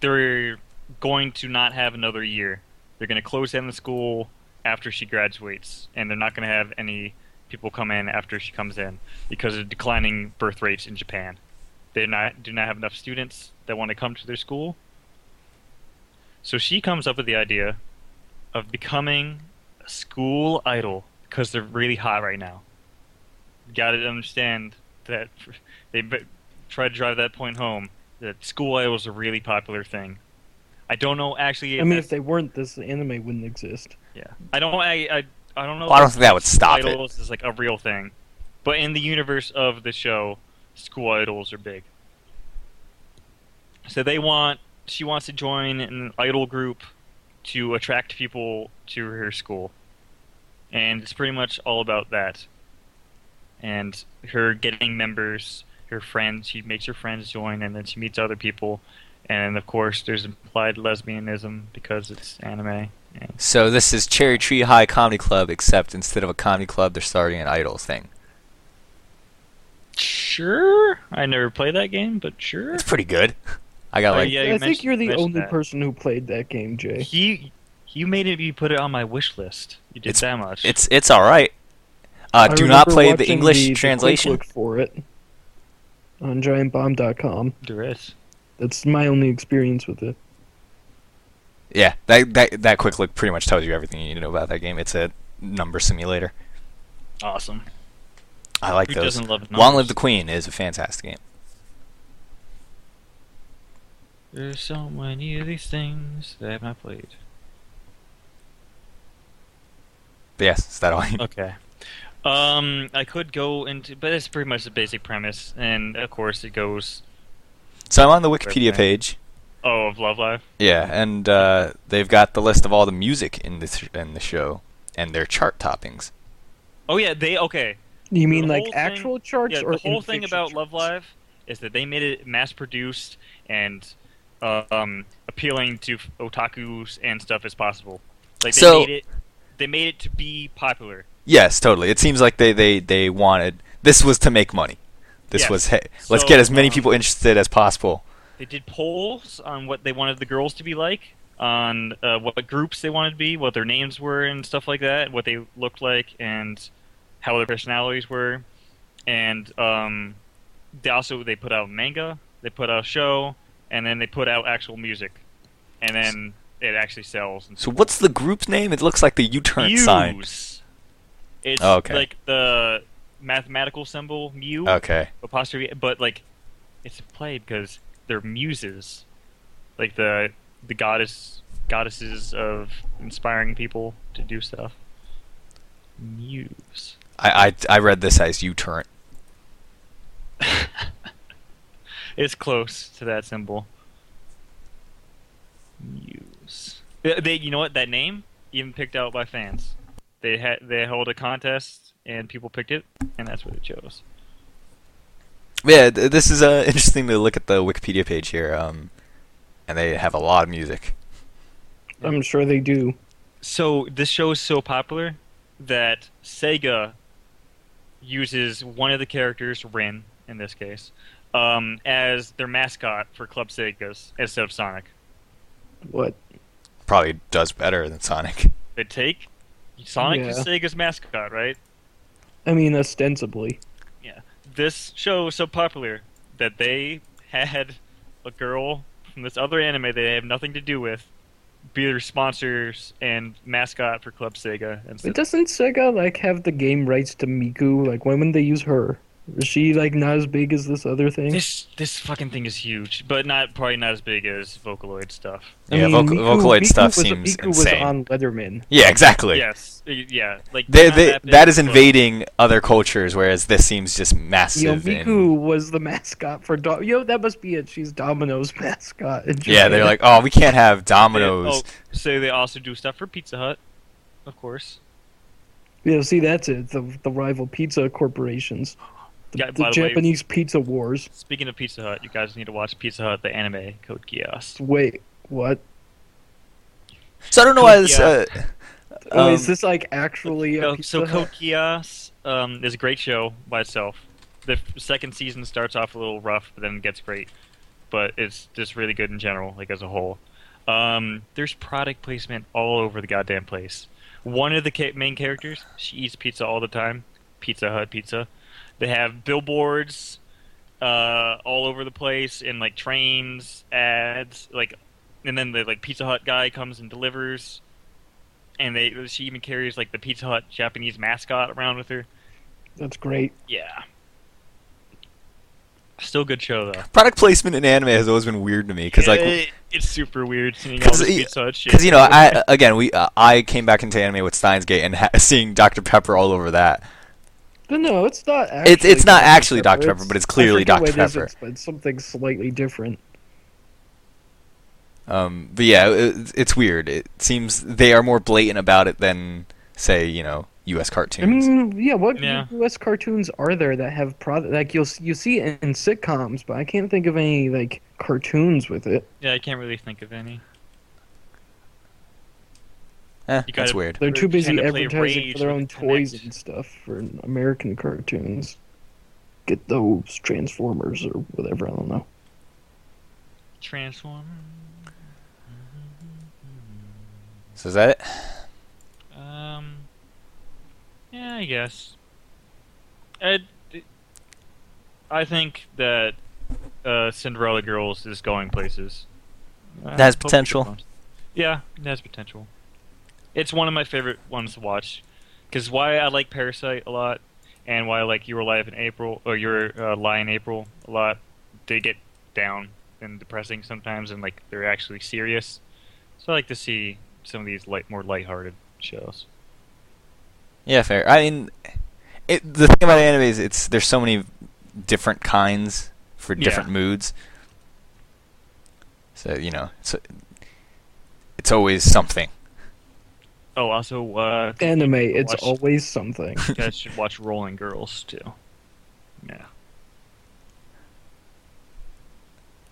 they're going to not have another year. They're going to close down the school after she graduates, and they're not going to have any people come in after she comes in because of declining birth rates in Japan. They not do not have enough students that want to come to their school. So she comes up with the idea of becoming a school idol because they're really hot right now. Got to understand that <laughs> they b- try to drive that point home that school idols are a really popular thing. I don't know actually. I mean, that's- if they weren't, this anime wouldn't exist. yeah, I don't. I I, I don't know. Well, I don't think that would stop school it. idols is like a real thing, but in the universe of the show, school idols are big. So they want. She wants to join an idol group to attract people to her school, and it's pretty much all about that. And her getting members, her friends. She makes her friends join, and then she meets other people. And of course, there's implied lesbianism because it's anime. And So this is Cherry Tree High Comedy Club, except instead of a comedy club, they're starting an idol thing. Sure. I never played that game, but sure. It's pretty good. <laughs> I got Oh, like yeah, you I think mentioned- you're the mentioned only that. person who played that game, Jay. He, you made it. You put it on my wish list. You did that much. it's it's all right. Uh, I do not remember play the watching English quick translation. Look for it on giantbomb.com. there is. That's my only experience with it. Yeah, that that that quick look pretty much tells you everything you need to know about that game. It's a number simulator. Awesome. I like Who those. doesn't love Long numbers? Live the Queen is a fantastic game. There's so many of these things that I have not played. <laughs> But yes, is that all? you- Okay. Um, I could go into, but it's pretty much the basic premise, and of course it goes. So I'm on the Wikipedia Okay. page. Oh, of Love Live. Yeah, and uh, they've got the list of all the music in this in the show and their chart toppings. Oh yeah, they okay. You mean The like whole thing- actual charts Yeah, or the whole thing in-fiction about Love charts? Live is that they made it mass produced and uh, um, appealing to f- otakus and stuff as possible. Like they So- made it, they made it to be popular. Yes, totally. It seems like they they they wanted this was to make money. This Yes. was hey, let's So, get as many um, people interested as possible. They did polls on what they wanted the girls to be like, on uh, what groups they wanted to be, what their names were, and stuff like that, what they looked like, and how their personalities were. And um, they also they put out manga, they put out a show, and then they put out actual music, and then it actually sells. And So what's the group's name? It looks like the U-turn sign. Muse. It's Oh, okay. like the mathematical symbol mu Okay. apostrophe, but like it's played because they're muses, like the the goddess goddesses of inspiring people to do stuff. Muse. I I, I read this as U-turn. It's close to that symbol. Muse. They, they- you know what? That name even picked out by fans. They had they held a contest and people picked it, and that's what it chose. Yeah, th- this is uh, interesting to look at the Wikipedia page here. Um, and they have a lot of music. I'm sure they do. So this show is so popular that Sega uses one of the characters, Rin, in this case, um, as their mascot for Club Sega's instead of Sonic. What? Probably does better than Sonic. <laughs> They take Sonic is Yeah. Sega's mascot, right? I mean, ostensibly. This show is so popular that they had a girl from this other anime they have nothing to do with be their sponsors and mascot for Club Sega. But Instead. doesn't Sega like have the game rights to Miku? Like, when would they use her? Is she like not as big as this other thing? This this fucking thing is huge, but not probably not as big as Vocaloid stuff. I Yeah, mean, voc- Miku- Vocaloid Miku stuff was, seems Miku insane. was on Leatherman. Yeah, exactly. Yes. y- Yeah. Like They, not they, big, that is but- invading other cultures, whereas this seems just Yo, massive. and- Miku was the mascot for Do- Yo, that must be it. She's Domino's <laughs> mascot. in yeah, they're Japan. like, oh, we can't have they- Domino's. Oh, so they also do stuff for Pizza Hut, of course. Yeah, see, that's it. The, the rival pizza corporations. The, Yeah, the by the way- Japanese pizza wars. Speaking of Pizza Hut, you guys need to watch Pizza Hut the anime Code Geass. Wait, what? So I don't know why this. Uh, Oh, um, is this like actually a So, pizza so Code <laughs> Hut? Geass um, is a great show by itself. The f- second season starts off a little rough, but then it gets great. But it's just really good in general, like as a whole. Um, there's product placement all over the goddamn place. One of the ca- main characters, she eats pizza all the time. Pizza Hut pizza. They have billboards uh, all over the place and like trains, ads, like, and then the like Pizza Hut guy comes and delivers. And they, she even carries like the Pizza Hut Japanese mascot around with her. That's great. Yeah. Still good show though. Product placement in anime has always been weird to me because like It- it's super weird seeing all Because, this y- Pizza Hut shit. Because you know, I again, we uh, I came back into anime with Steins Gate and ha- <laughs> seeing Dr Pepper all over that. But no, it's not. Actually It's it's not actually Dr Pepper, but it's clearly I forget Dr what it is, Pepper. it's- but it's something slightly different. Um, but yeah, it, it's weird. It seems they are more blatant about it than say you know U.S. I cartoons. mean, yeah. What Yeah. U.S. cartoons are there that have product like you'll you see it in sitcoms, but I can't think of any like cartoons with it. yeah, I can't really think of any. Eh, you that's gotta- weird. They're Or too busy tend to play advertising for their Rage own with the toys Kinect. and stuff for American cartoons. Get those Transformers or whatever. I don't know. Transformers. So is that it? Um. Yeah, I guess. I, I think that uh, Cinderella Girls is going places. I It has hope it potential. goes. Yeah, it has potential. It's one of my favorite ones to watch, because why I like Parasite a lot, and why I like Your Life in April or Your uh, Lie in April a lot. They get down and depressing sometimes, and like they're actually serious. So I like to see some of these light, more lighthearted shows. Yeah, fair. I mean, it, the thing about anime is it's there's so many different kinds for Yeah. different moods. So you know, it's it's always something. Oh, also, <laughs> uh, Anime. It's watched- always <laughs> something. you guys should watch Rolling Girls too. Yeah.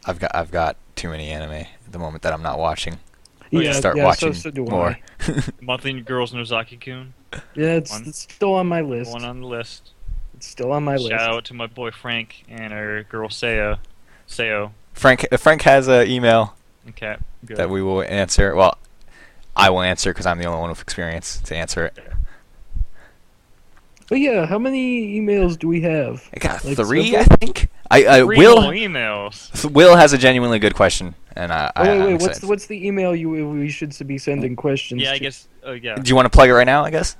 I've got I've got too many anime at the moment that I'm not watching. Oh, yeah, yeah. Start yeah, watching so, so do more. I. Monthly Girls Nozaki Kun, Yeah, it's, One. it's still on my list. one on the list. It's still on my Shout list. out to my boy Frank and our girl Sayo. Sayo. <laughs> Frank uh, Frank has an email Okay. Good. that we will answer. Well, I will answer because I'm the only one with experience to answer it. But yeah, how many emails do we have? I got Like three, simple? I think. I, I Three whole Will emails. Will has a genuinely good question, and I, I Oh, wait, I'm wait. What's excited. the, what's the email you we should be sending questions? Yeah, I to? guess. Oh, yeah. Do you want to plug it right now? I guess.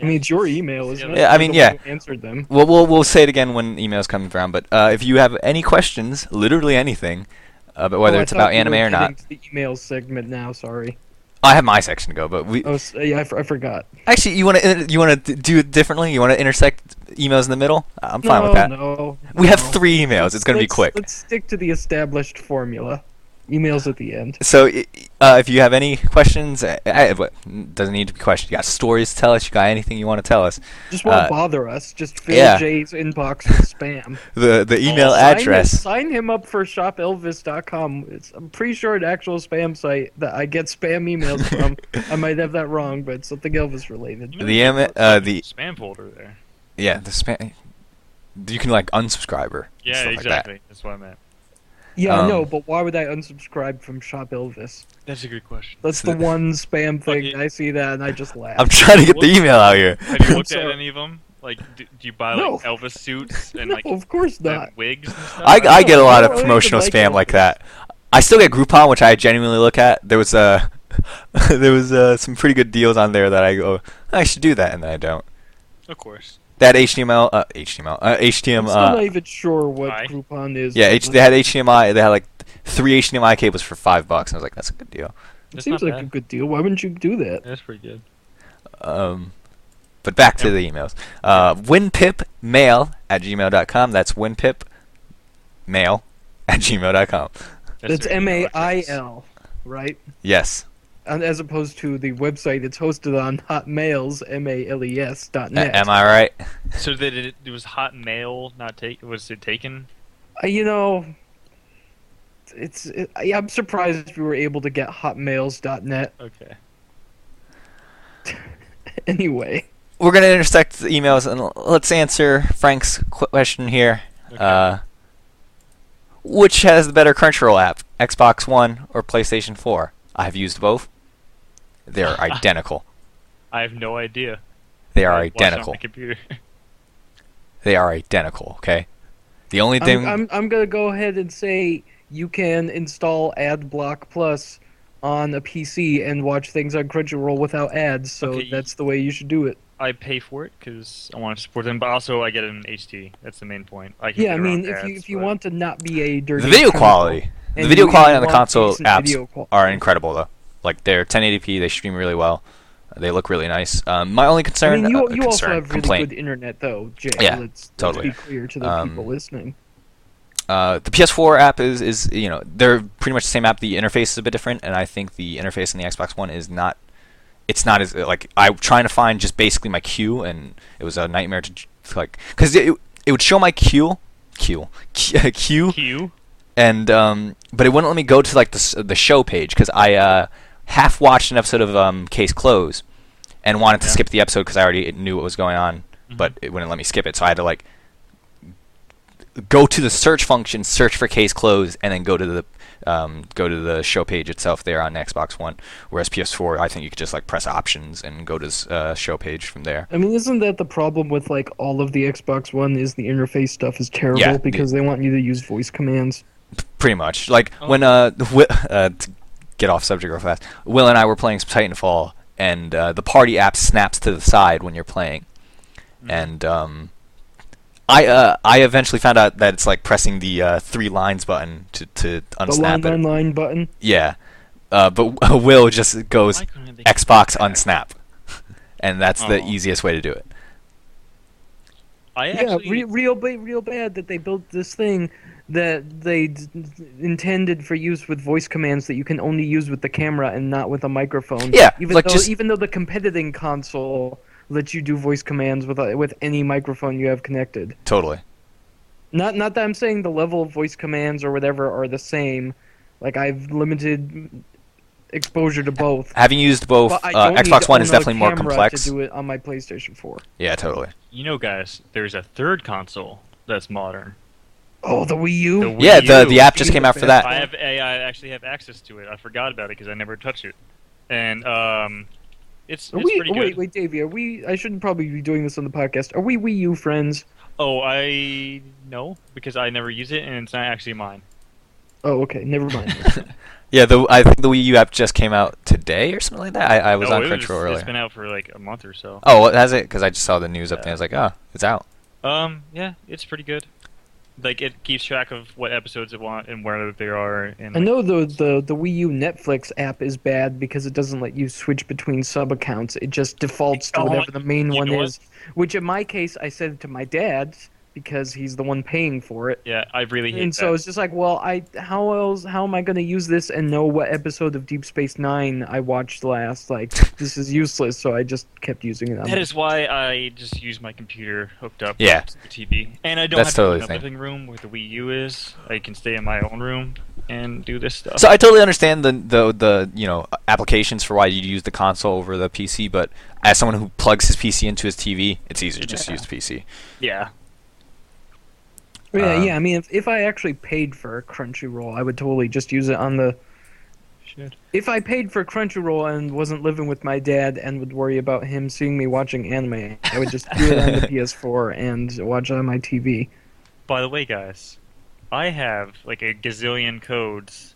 I mean, it's your email, isn't Yeah, it? Yeah, I You're mean, the yeah. one who Answered them. Well, we'll we'll say it again when emails come around. But uh, if you have any questions, literally anything, uh, but whether Oh, I it's thought about we were anime or getting not, to The email segment now. Sorry. I have my section to go. But we Oh, s- yeah, I, f- I forgot. actually, you want to you want to do it differently? You want to intersect emails in the middle? I'm fine no, with that. No, We have no. three emails. It's going to be Let's- quick. Let's stick to the established formula. Emails at the end. So, i- uh, if you have any questions, uh, uh, what- doesn't need to be questions. You got stories to tell us. You got anything you want to tell us? Just won't Uh, bother us. Just fill yeah. Jay's inbox with spam. The the email Oh, Sign him- address. Sign him up for shopelvis.com. It's, I'm pretty sure an actual spam site that I get spam <laughs> emails from. I might have that wrong, but it's something Elvis related. You know, The you em- can put uh, something in the- spam folder there. Yeah, the spam. You can like unsubscribe her. and Yeah, stuff like that. exactly. That's what I meant. Yeah, Um, I know, but why would I unsubscribe from Shop Elvis? That's a good question. <laughs> That's the one spam Fuck thing. you. I see that and I just laugh. I'm trying to get the email out here. <laughs> Have you looked at So- any of them? Like, do, do you buy like No. Elvis suits <laughs> and no, like of course not. and wigs and stuff? I, I get a lot I of don't promotional like spam it. like that. I still get Groupon, which I genuinely look at. There was uh, <laughs> there was uh, some pretty good deals on there that I go, I should do that, and then I don't. of course. That HTML, uh, HTML, uh, HTML, I'm still not uh, even sure what I- Groupon is. yeah, but H- they had HDMI. They had like three HDMI cables for five bucks. And I was like, that's a good deal. it That's seems not like a bad. good deal. Why wouldn't you do that? That's pretty good. Um, but back to the emails. Uh, winpipmail at gmail.com. That's winpipmail at gmail.com. That's their M email A I address. L, right? Yes. And as opposed to the website it's hosted on, Hotmail's M A L E S dot A- net. am I right? So that it, it was hot mail, not take. Was it taken? Uh, you know, it's. It, I- I'm surprised we were able to get Hotmails.net Okay. <laughs> anyway. we're gonna intersect the emails and l- let's answer Frank's qu- question here. okay. Uh, which has the better Crunchyroll app, Xbox One or PlayStation <laughs> 4? I've used both. They're identical. I have no idea. They are watched on my identical. computer. <laughs> They are identical. Okay. The only I'm, thing I'm, I'm gonna go ahead and say you can install AdBlock Plus on a PC and watch things on Crunchyroll without ads. So Okay. that's the way you should do it. I pay for it because I want to support them, but also I get it in HD. That's the main point. I can Yeah, I get around mean, if you ads, if you but- want to not be a dirty the video chemical quality, the and video you quality on the want console decent apps video qual- are incredible though. Like they're 1080p. They stream really well. They look really nice. Um, my only I concern, mean, you, uh, you also concern, have really complaint. good internet, though, Jay. Yeah, let's, totally. let's be clear to the Um, people listening. Uh, the PS4 app is is you know they're pretty much the same app. The interface is a bit different, and I think the interface in the Xbox One is not. It's not as uh, like I trying to find just basically my queue, and it was a nightmare to j- like because it it would show my queue, queue, <laughs> queue, Q. and um, but it wouldn't let me go to like the s- the show page because I uh, half watched an episode of um, Case Close, and wanted to Yeah. skip the episode because I already knew what was going on, Mhm. but it wouldn't let me skip it. So I had to like go to the search function, search for Case Close, and then go to the um, go to the show page itself there on Xbox One. Whereas PS4, I think you could just like press options and go to s- uh, show page from there. I mean, isn't that the problem with like all of the Xbox One? Is the interface stuff is terrible Yeah, the- because they want you to use voice commands. pretty much. Like Oh. when uh, <laughs> Wi- uh to get off subject real fast. Will and I were playing Titanfall, and uh, the party app snaps to the side when you're playing, Mm-hmm. and um, I uh, I eventually found out that it's like pressing the uh, three lines button to to The unsnap line, it. line, line button. Yeah, uh, but <laughs> Will just goes Why couldn't they- Xbox unsnap, <laughs> and that's the Aw. easiest way to do it. I Yeah, actually, re- real ba- real bad that they built this thing that they d- intended for use with voice commands that you can only use with the camera and not with a microphone. Yeah, even like though just- even though the competing console lets you do voice commands with a- with any microphone you have connected. Totally. Not not that I'm saying the level of voice commands or whatever are the same. Like I've limited exposure to both. Having used Oh, both, But I uh, don't need Xbox to One is own a definitely more camera complex. To do it on my PlayStation 4. Yeah, totally. you know, guys, there's a third console that's modern. Oh, the Wii U. The Wii yeah, the U. the app just came out for that. I have I, I actually have access to it. I forgot about it because I never touch it, and um, it's, Are it's we, pretty oh, good. wait, wait, Davey, are we? I shouldn't probably be doing this on the podcast. Are we Wii U friends? Oh, I no because I never use it and it's not actually mine. Oh, okay, never mind. <laughs> Yeah, the I think the Wii U app just came out today or something like that. I, I was no, on Oh, it Crunchyroll It's been earlier. out for like a month or so. Oh, well, has it? Because I just saw the news up there. I Yeah. was like, oh, it's out. Um, yeah, it's pretty good. Like it keeps track of what episodes it want and where they are. And I know the, the the Wii U Netflix app is bad because it doesn't let you switch between sub accounts. It just defaults to Oh, whatever the main you one know what? is. Which in my case, I said to my dad's because he's the one paying for it. yeah, I really hate And that. so it's just like, well, I how else how am I going to use this and know what episode of Deep Space Nine I watched last? Like this is useless, so I just kept using it. on that is why I just use my computer hooked up Yeah. to the TV, and I don't That's have to totally go the in the thing. living room where the Wii U is. I can stay in my own room and do this stuff. So I totally understand the the the you know applications for why you'd use the console over the PC, but as someone who plugs his PC into his TV, it's easier just to Yeah. use the PC. yeah, Yeah, uh, Um, yeah. I mean, if, if I actually paid for Crunchyroll, I would totally just use it on the. should. If I paid for Crunchyroll and wasn't living with my dad and would worry about him seeing me watching anime, I would just do it on <laughs> the PS4 and watch it on my TV. By the way, guys, I have like a gazillion codes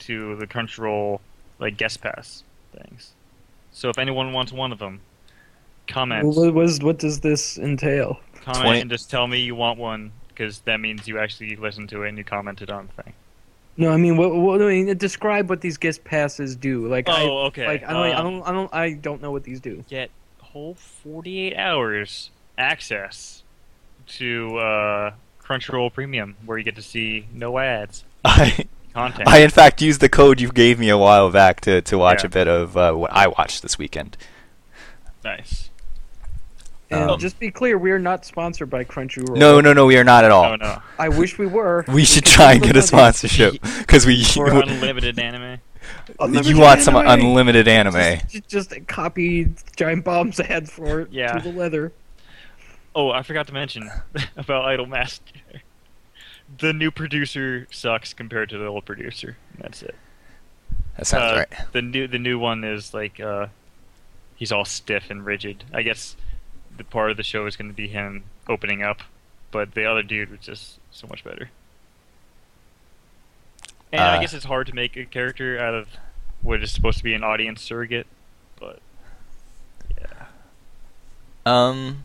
to the Crunchyroll like guest pass things. So if anyone wants one of them, comment, What, what, is, what does this entail? comment, 20 and just tell me you want one because that means you actually listened to it and you commented on the thing. No, I mean, what, what, I mean, describe what these guest passes do. Like, oh, I, okay. like, I, don't, e, I um, don't, I don't, I don't know what these do. get whole 48 hours access to uh, Crunchyroll Premium, where you get to see no ads, <laughs> I content. I in fact used the code you gave me a while back to to watch Yeah. a bit of uh, what I watched this weekend. nice. oh. And Um, just be clear, we are not sponsored by Crunchyroll. No, no, no, we are not at all. Oh no, I wish we were. <laughs> We should could try use and the get a money. sponsorship because we <laughs> for unlimited anime. you Unlimited want some anime. unlimited anime. Just, just copy Giant Bomb's ad for it Yeah. to the leather. Oh, I forgot to mention <laughs> about Idol Master. The new producer sucks compared to the old producer. That's it. That sounds Uh, right. The new the new one is like uh, he's all stiff and rigid. I guess the part of the show is going to be him opening up, but the other dude was just so much better. And Uh, I guess it's hard to make a character out of what is supposed to be an audience surrogate, but yeah, Um,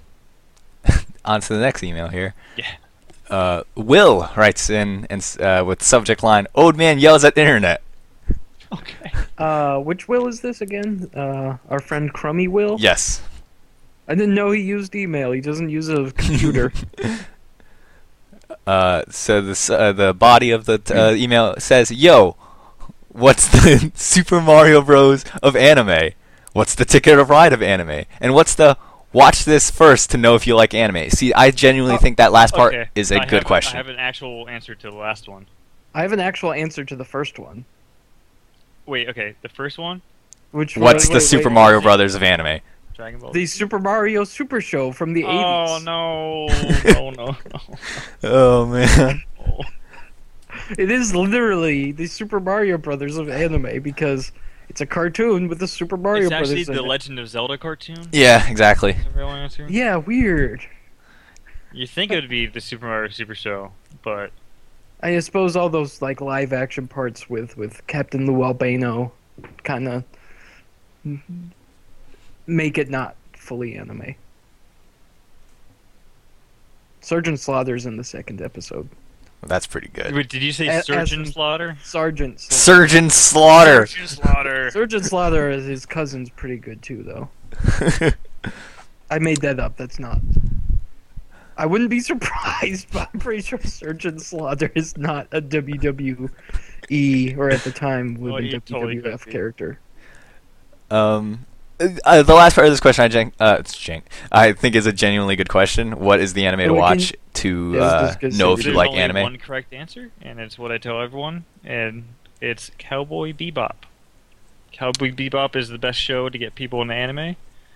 <laughs> on to the next email here. yeah. Uh, Will writes in and s- uh, with subject line: "Old man yells at internet." Okay. Uh, which will is this again? Uh, our friend Crummy Will. Yes. I didn't know he used email. He doesn't use <laughs> a computer. Uh, so this uh, the body of the t- uh, email says, "Yo, what's the <laughs> Super Mario Bros. of anime? What's the ticket of ride of anime? And what's the watch this first to know if you like anime?" See, I genuinely Oh, think that last part okay. is a I good have an- question. I have an actual answer to the last one. I have an actual answer to the first one. Wait, okay, the first one, Which What's was- the wait, Super wait, Mario Brothers of anime? Dragon Ball. The Super Mario Super Show from the oh 80s. no! <laughs> no, no, no, Oh man. no. It is literally the Super Mario Brothers of anime because it's a cartoon with the Super Mario It's Brothers. actually the in it. Legend of Zelda cartoon. <laughs> yeah, exactly. Is the real answer. Yeah, weird. You think it would be the Super Mario Super Show, but I suppose all those like live action parts with with Captain Lou Albano kind of make it not fully anime. Sergeant Slaughter's in the second episode. That's pretty good. Wait, did you say A- as- Surgeon Slaughter? Sergeant Slaughter. Surgeon <laughs> Slaughter. <laughs> Surgeon Slaughter. Sergeant Slaughter as his cousin's pretty good too, though. I made that up. That's not. I wouldn't be <laughs> surprised, but I'm pretty sure Surgeon Slaughter is not a WWE or at the time would Oh, be you WWF totally could be. character. Um, uh, the last part of this question, I gen- uh, it's gen- I think is a genuinely good question. What is the anime to Well, we watch can- to Yeah, I was uh, just know gonna say, if you There's like only anime? one correct answer, and it's what I tell everyone, and it's Cowboy Bebop. Cowboy Bebop is the best show to get people into anime.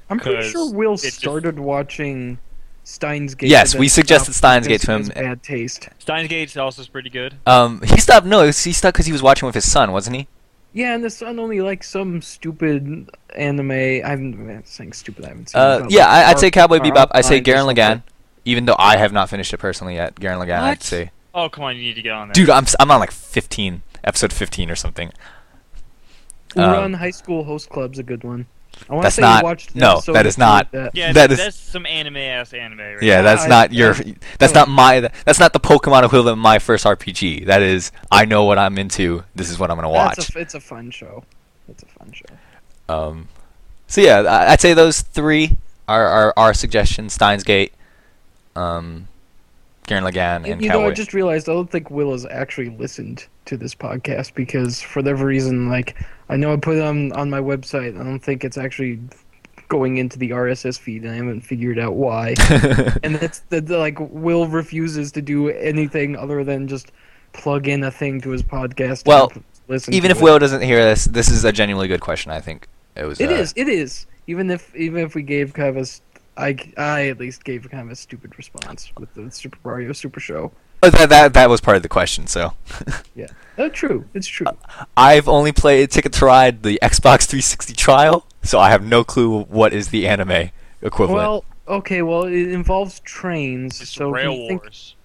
I'm pretty 'Cause sure Will it just- started watching Steins Gate. Yes, but we then suggested stopped Steins Gate because to of him. his Bad taste. Steins Gate is also pretty good. Um, he stopped. No, he stopped because he was watching with his son, wasn't he? Yeah, and the son only likes some stupid anime. I'm I'm saying stupid. I haven't seen. it, Uh, but yeah, like I, I'd say Car- Cowboy Bebop. I say Carmine or Garen Lagann, something. even though I have not finished it personally yet. Garen Lagann, I'd What? say. Oh come on, you need to get on that. Dude, I'm s- I'm on like 15, episode 15 or something. Um, Uran High School Host Club's a good one. I want That's to say not- you watched an no, episode that is of not. that. yeah, that is- that's some anime ass anime. Right Yeah, that's I- not your. I- That's not my. That's not the Pokemon equivalent of my first RPG. That is, I know what I'm into. This is what I'm gonna watch. That's a, it's a fun show. It's a fun show. Um, so yeah, I- I'd say those three are are our suggestions: Steins Gate, um, Garen Lagann, and you know, I Cowboy. just realized I don't think Will has actually listened to this podcast because for whatever reason, like I know I put it on on my website. I don't think it's actually going into the RSS feed, and I haven't figured <laughs> out why. and that's that like Will refuses to do anything other than just plug in a thing to his podcast. and Well, listen. Even to if it. Will doesn't hear this, this is a genuinely good question. I think it was. It uh, is. It is. Even if even if we gave kind of a, s- I I at least gave kind of a stupid response with the Super Mario Super Show. but that, that that was part of the question. So Yeah, that's true. It's Uh, true. I've only played Ticket to Ride, the Xbox 360 trial, so I have no clue what is the anime equivalent. well, okay. Well, it involves trains, It's so if Rail you think- Wars.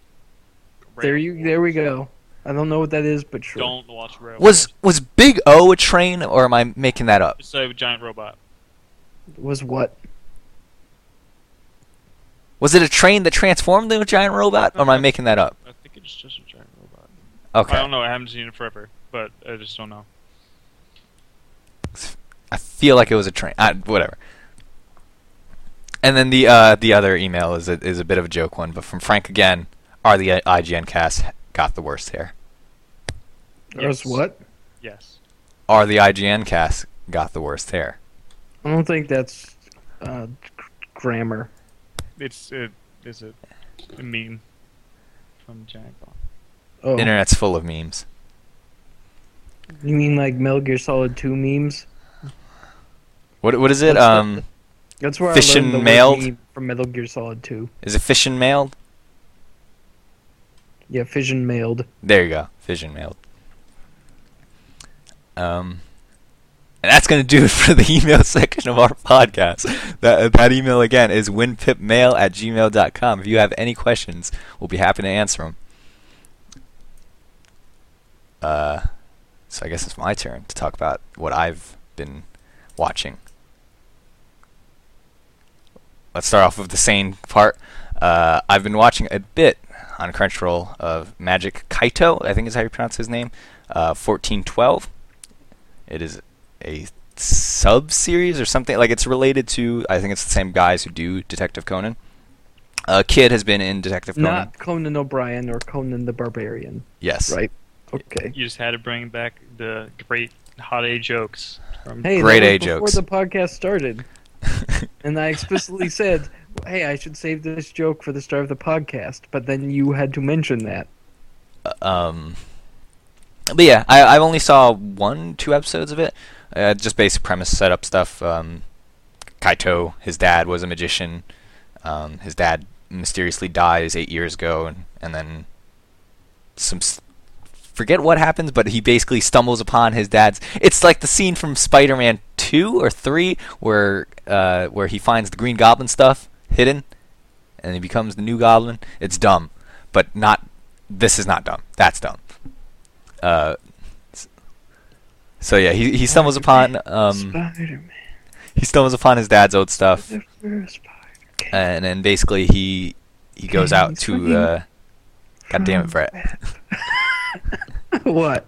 there Rail you there we Wars. go. I don't know what that is, but sure. Don't watch Rail was Wars. was Big O a train, or am I making that up? It's a giant robot. Was what? Was it a train that transformed into a giant robot, or am I making that up? I think it's just a giant robot. Mm-hmm. I Okay, don't know. I haven't seen it forever, but I just don't know. I feel like it was a train. Uh, whatever. And then the uh, the other email is a, is a bit of a joke one, but from Frank again. Are the uh, IGN cast got the worst hair? Or was Yes. what? Yes. Are the IGN cast got the worst hair? I don't think that's uh, gr- grammar. It's it is a, a meme from Giant Bomb. Oh, Internet's full of memes. you mean like Metal Gear Solid Two memes? What what is it? That's Um, That's where Fish I learned and the word mailed? meme from Metal Gear Solid Two. is it fission mailed? Yeah, fission mailed. There you go, fission mailed. Um, And that's going to do it <laughs> for the email section of our podcast. That, that email again is winpipmail at gmail.com. If you have any questions, we'll be happy to answer them. Uh, so I guess it's my turn to talk about what I've been watching. Let's start off with the sane part. Uh, I've been watching a bit on Crunchyroll of Magic Kaito, I think is how you pronounce his name, uh, 1412. It is a sub series or something. Like, it's related to, I think it's the same guys who do Detective Conan. A kid has been in Detective Conan. Not Conan O'Brien or Conan the Barbarian, yes. right? Okay. You just had to bring back the great hot A jokes. From Hey, that Great was A before jokes. the podcast started, <laughs> and I explicitly <laughs> said, "Hey, I should save this joke for the start of the podcast," but then you had to mention that. um but yeah i i only saw one two episodes of it uh, just basic premise setup stuff um kaito his dad was a magician um his dad mysteriously dies eight years ago and and then some s- forget what happens but he basically stumbles upon his dad's it's like the scene from spider-man 2 or 3 where uh where he finds the green goblin stuff hidden and he becomes the new goblin it's dumb but not this is not dumb. That's dumb. Uh, s- so yeah, he he stumbles upon um uh, Spider-Man, he stumbles upon his dad's old stuff, the first Spider-Man. and then basically he he goes out to uh, God Oh, damn it, Brett. <laughs> <laughs> what?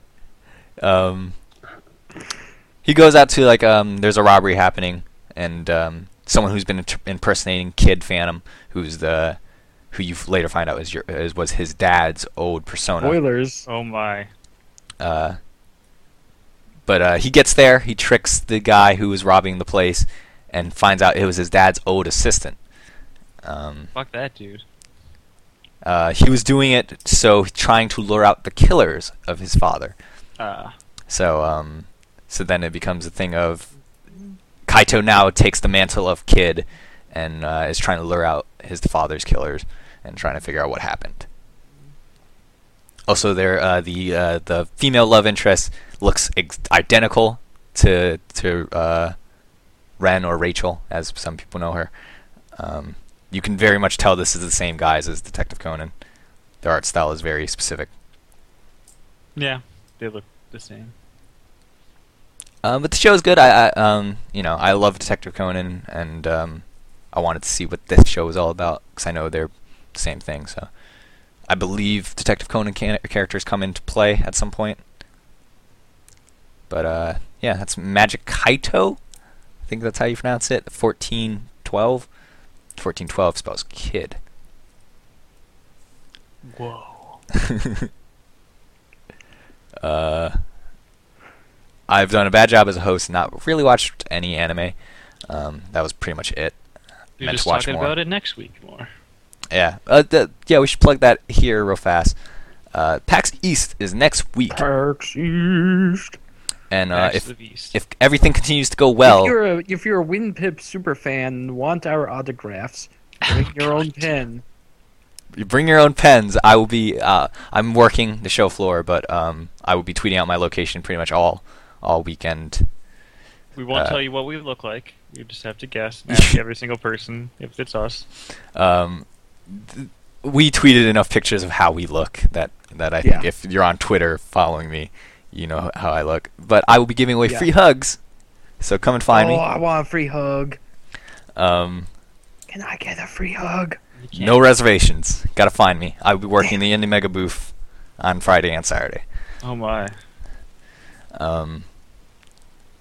Um, he goes out to like um there's a robbery happening, and um someone who's been int- impersonating Kid Phantom, who's the who you later find out is your is, was his dad's old persona. Spoilers. Oh my. Uh, but uh, he gets there. He tricks the guy who was robbing the place, and finds out it was his dad's old assistant. Um, Fuck that dude. uh, he was doing it so trying to lure out the killers of his father. Uh, So um, so then it becomes a thing of Kaito now takes the mantle of Kid, and uh, is trying to lure out his father's killers, and trying to figure out what happened. Also, there uh, the uh, the female love interest looks ex- identical to to uh, Ren or Rachel, as some people know her. Um, you can very much tell this is the same guys as Detective Conan. Their art style is very specific. yeah, they look the same. Um, but the show's good. I, I um, you know, I love Detective Conan, and um, I wanted to see what this show was all about because I know they're the same thing. So, I believe Detective Conan can- characters come into play at some point. But uh, yeah, that's Magic Kaito. I think that's how you pronounce it. Fourteen twelve. Fourteen twelve spells kid. Whoa. Uh, I've done a bad job as a host, and not really watched any anime. Um, that was pretty much it. You're Meant just to watch talking more. about it next week more. Yeah. Uh, the, yeah, we should plug that here real fast. Uh, PAX East is next week, Parks East. and uh, Acts if of the Beast. if everything <laughs> continues to go well, if you're a if you're a WinPip super fan, and want our autographs, bring <laughs> your own pen. you bring your own pens. I will be. Uh, I'm working the show floor, but um, I will be tweeting out my location pretty much all all weekend. we won't uh, tell you what we look like. You just have <laughs> to guess and ask every single person if it's us. Um, th- we tweeted enough pictures of how we look that that I think Yeah. if you're on Twitter following me, you know how I look. But I will be giving away Yeah. free hugs, so come and find oh, me. I want a free hug. Um, Can I get a free hug? You can't- No reservations. Gotta find me. I'll <laughs> be working the Indie Mega booth on Friday and Saturday. Oh my. Um,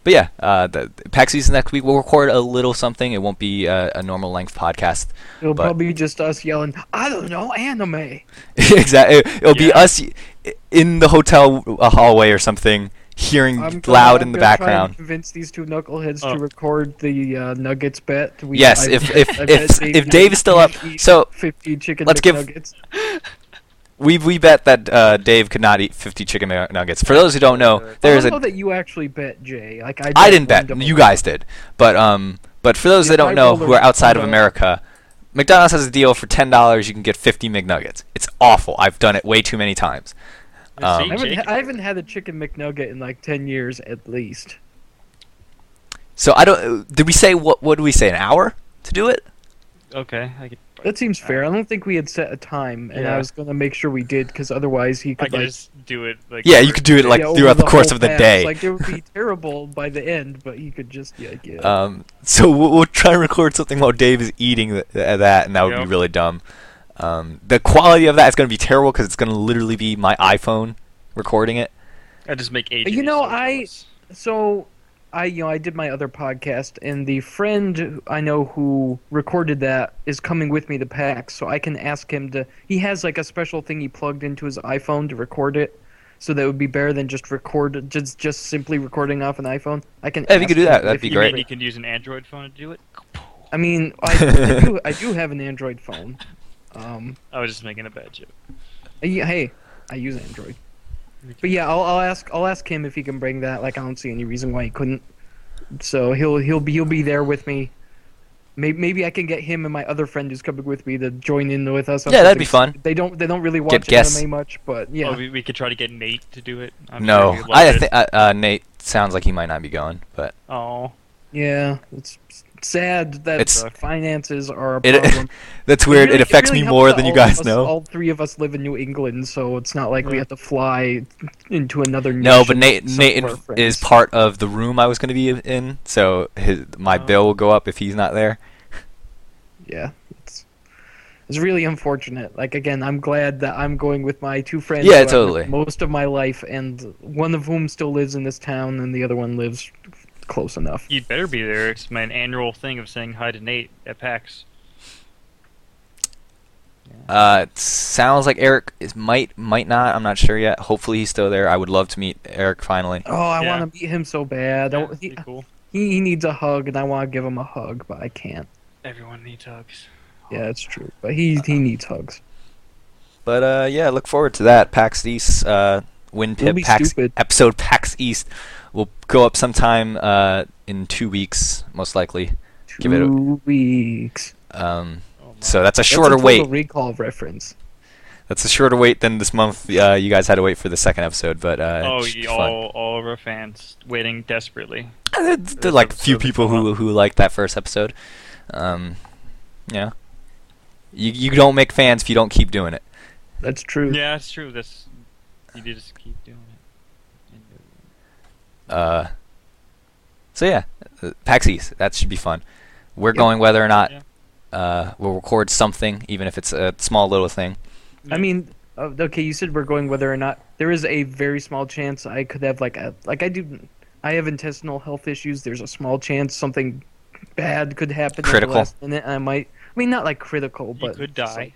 but yeah, uh, the, the PAX season next week. We'll record a little something. It won't be uh, a normal length podcast. <laughs> It'll But- probably be just us yelling. I don't know anime. exactly. It'll be Yeah. us i- in the hotel uh, hallway or something, hearing I'm gonna- loud I'm in the gonna try and background. convince these two knuckleheads Oh. to record the uh, Nuggets bet. We, Yes, I- if- if- I if- bet if Dave is still up- eat so, fifty chicken let's give- McNuggets. We we bet that uh, Dave could not eat 50 chicken nu- nuggets. For those who don't know, Oh, I there is don't know a. that you actually bet, Jay. Like I, I didn't bet. random You amount. guys did. But um, but for those Yeah, that I don't know, rolled who are a- outside of rolled a- America, McDonald's has a deal for ten dollars. You can get fifty McNuggets. It's awful. I've done it way too many times. Yeah, see, I Um, haven't, Jake- I haven't had a chicken McNugget in like ten years at least. So I don't. Did we say what? What did we say? An hour to do it? Okay, I could. That seems fair. I don't think we had set a time, and Yeah. I was gonna make sure we did because otherwise he I could could like just do it. Like Yeah, you could do it like yeah, over throughout the, course whole of the pass. day. Like it would <laughs> be terrible by the end, but you could just yeah, yeah. Um, so <laughs> we'll, we'll try and record something while Dave is eating th- th- that, and that would Yep. be really dumb. Um, the quality of that is going to be terrible because it's going to literally be my iPhone recording it. I just make AJ. You know, so I- jealous. so I you know I did my other podcast, and the friend who- I know who recorded that is coming with me to PAX, so I can ask him to. He has like a special thing he plugged into his iPhone to record it. So that would be better than just record just just simply recording off an iPhone. I can. Yeah, if you could ask do that, him that'd if be he you great. mean you can use an Android phone to do it? I mean, I, I, do, I do have an Android phone. Um, I was just making a bad joke. uh, yeah, hey, I use Android. But yeah, I'll, I'll ask I'll ask him if he can bring that. Like, I don't see any reason why he couldn't. So he'll he'll be he'll be there with me. Maybe, maybe I can get him and my other friend who's coming with me to join in with us. on Yeah, that'd be something. fun. They don't they don't really watch guests. anime much, but yeah. Oh, we, we could try to get Nate to do it. I'm no, sure he'd love I it. think uh, uh, Nate sounds like he might not be going, but Oh, Yeah, it's sad that It's- uh, finances are a It- <laughs> problem. that's weird. it really- affects really me helps more that than you all of guys us- know. All three of us live in New England, so it's not like we Yeah. have to fly into another. no, nation but to Nate support Nate our friends. is part of the room I was going to be in, so his, my Oh. bill will go up if he's not there. yeah, it's it's really unfortunate. Like again, I'm glad that I'm going with my two friends. Yeah, who I've known totally. Most of my life, and one of whom still lives in this town, and the other one lives close enough. you'd better be there. It's my annual thing of saying hi to Nate at PAX. Uh, it sounds like Eric is might might not. I'm not sure yet. Hopefully he's still there. I would love to meet Eric finally. Oh, I Yeah. want to meet him so bad. I- Uh, That would he, be cool. he he needs a hug, and I want to give him a hug, but I can't. <laughs> Everyone needs hugs. Yeah, it's true. But he he needs hugs. But uh, yeah, look forward to that. PAX East, uh, Win It'll Pip be PAX stupid. episode <laughs> PAX East will go up sometime uh, in two weeks, most likely. Two Give it a- weeks. Um, Oh, my. so that's a That's a shorter Total wait. Recall reference. That's a shorter wait than this month. Uh, you guys had to wait for the second episode, but uh, it oh, should be ye- fun. all all of our fans waiting desperately. There- there are like few episode to people come who who liked that first episode. Um, yeah, you you don't make fans if you don't keep doing it. That's true. Yeah, it's true. That's you just keep doing it. And, uh, Uh, so yeah, uh, PAX East. That should be fun. We're Yeah. going whether or not Yeah. uh, we'll record something, even if it's a small little thing. I mean, uh, okay, you said we're going whether or not there is a very small chance I could have like a like I do. I have intestinal health issues. There's a small chance something bad could happen. at the Critical. last minute, and I might. I mean, not like critical, you but could just, die. like-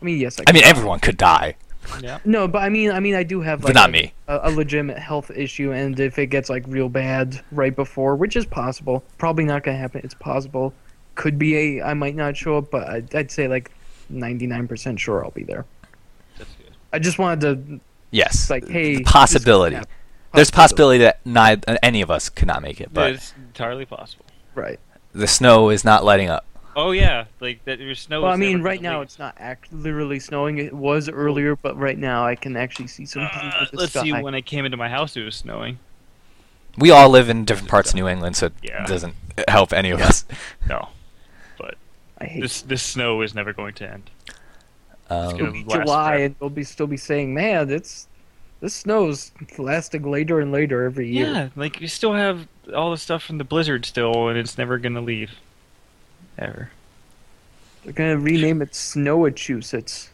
I mean, yes. I, I could. mean, everyone could die, Yeah. no, but I mean, I mean, I do have but like not a, me. a a legitimate health issue, and if it gets like real bad right before, which is possible, probably not gonna happen. It's possible. Could be a. I might not show up, but I'd, I'd say like 99% sure I'll be there. That's good. I just wanted to Yes, It's like, hey, The this possibility. could happen. There's possibility that neither, any of us could not make it, but it's entirely possible. Right. the snow is not letting up. Oh yeah, like that. There's snow. Well, I is mean, never right gonna now leave. it's not act- literally snowing. It was earlier, but right now I can actually see some blue Uh, with the let's sky. see. When I came into my house, it was snowing. We all live in different parts of New England, so Yeah. it doesn't help any of us. No, I hate this this snow is never going to end. it'll Um, be It'll last July, forever. and we'll be still be saying, "Man, it's this snow's lasting later and later every year." Yeah, like you still have all the stuff from the blizzard still, and it's never gonna leave. Ever. They're gonna rename it Snowachusets.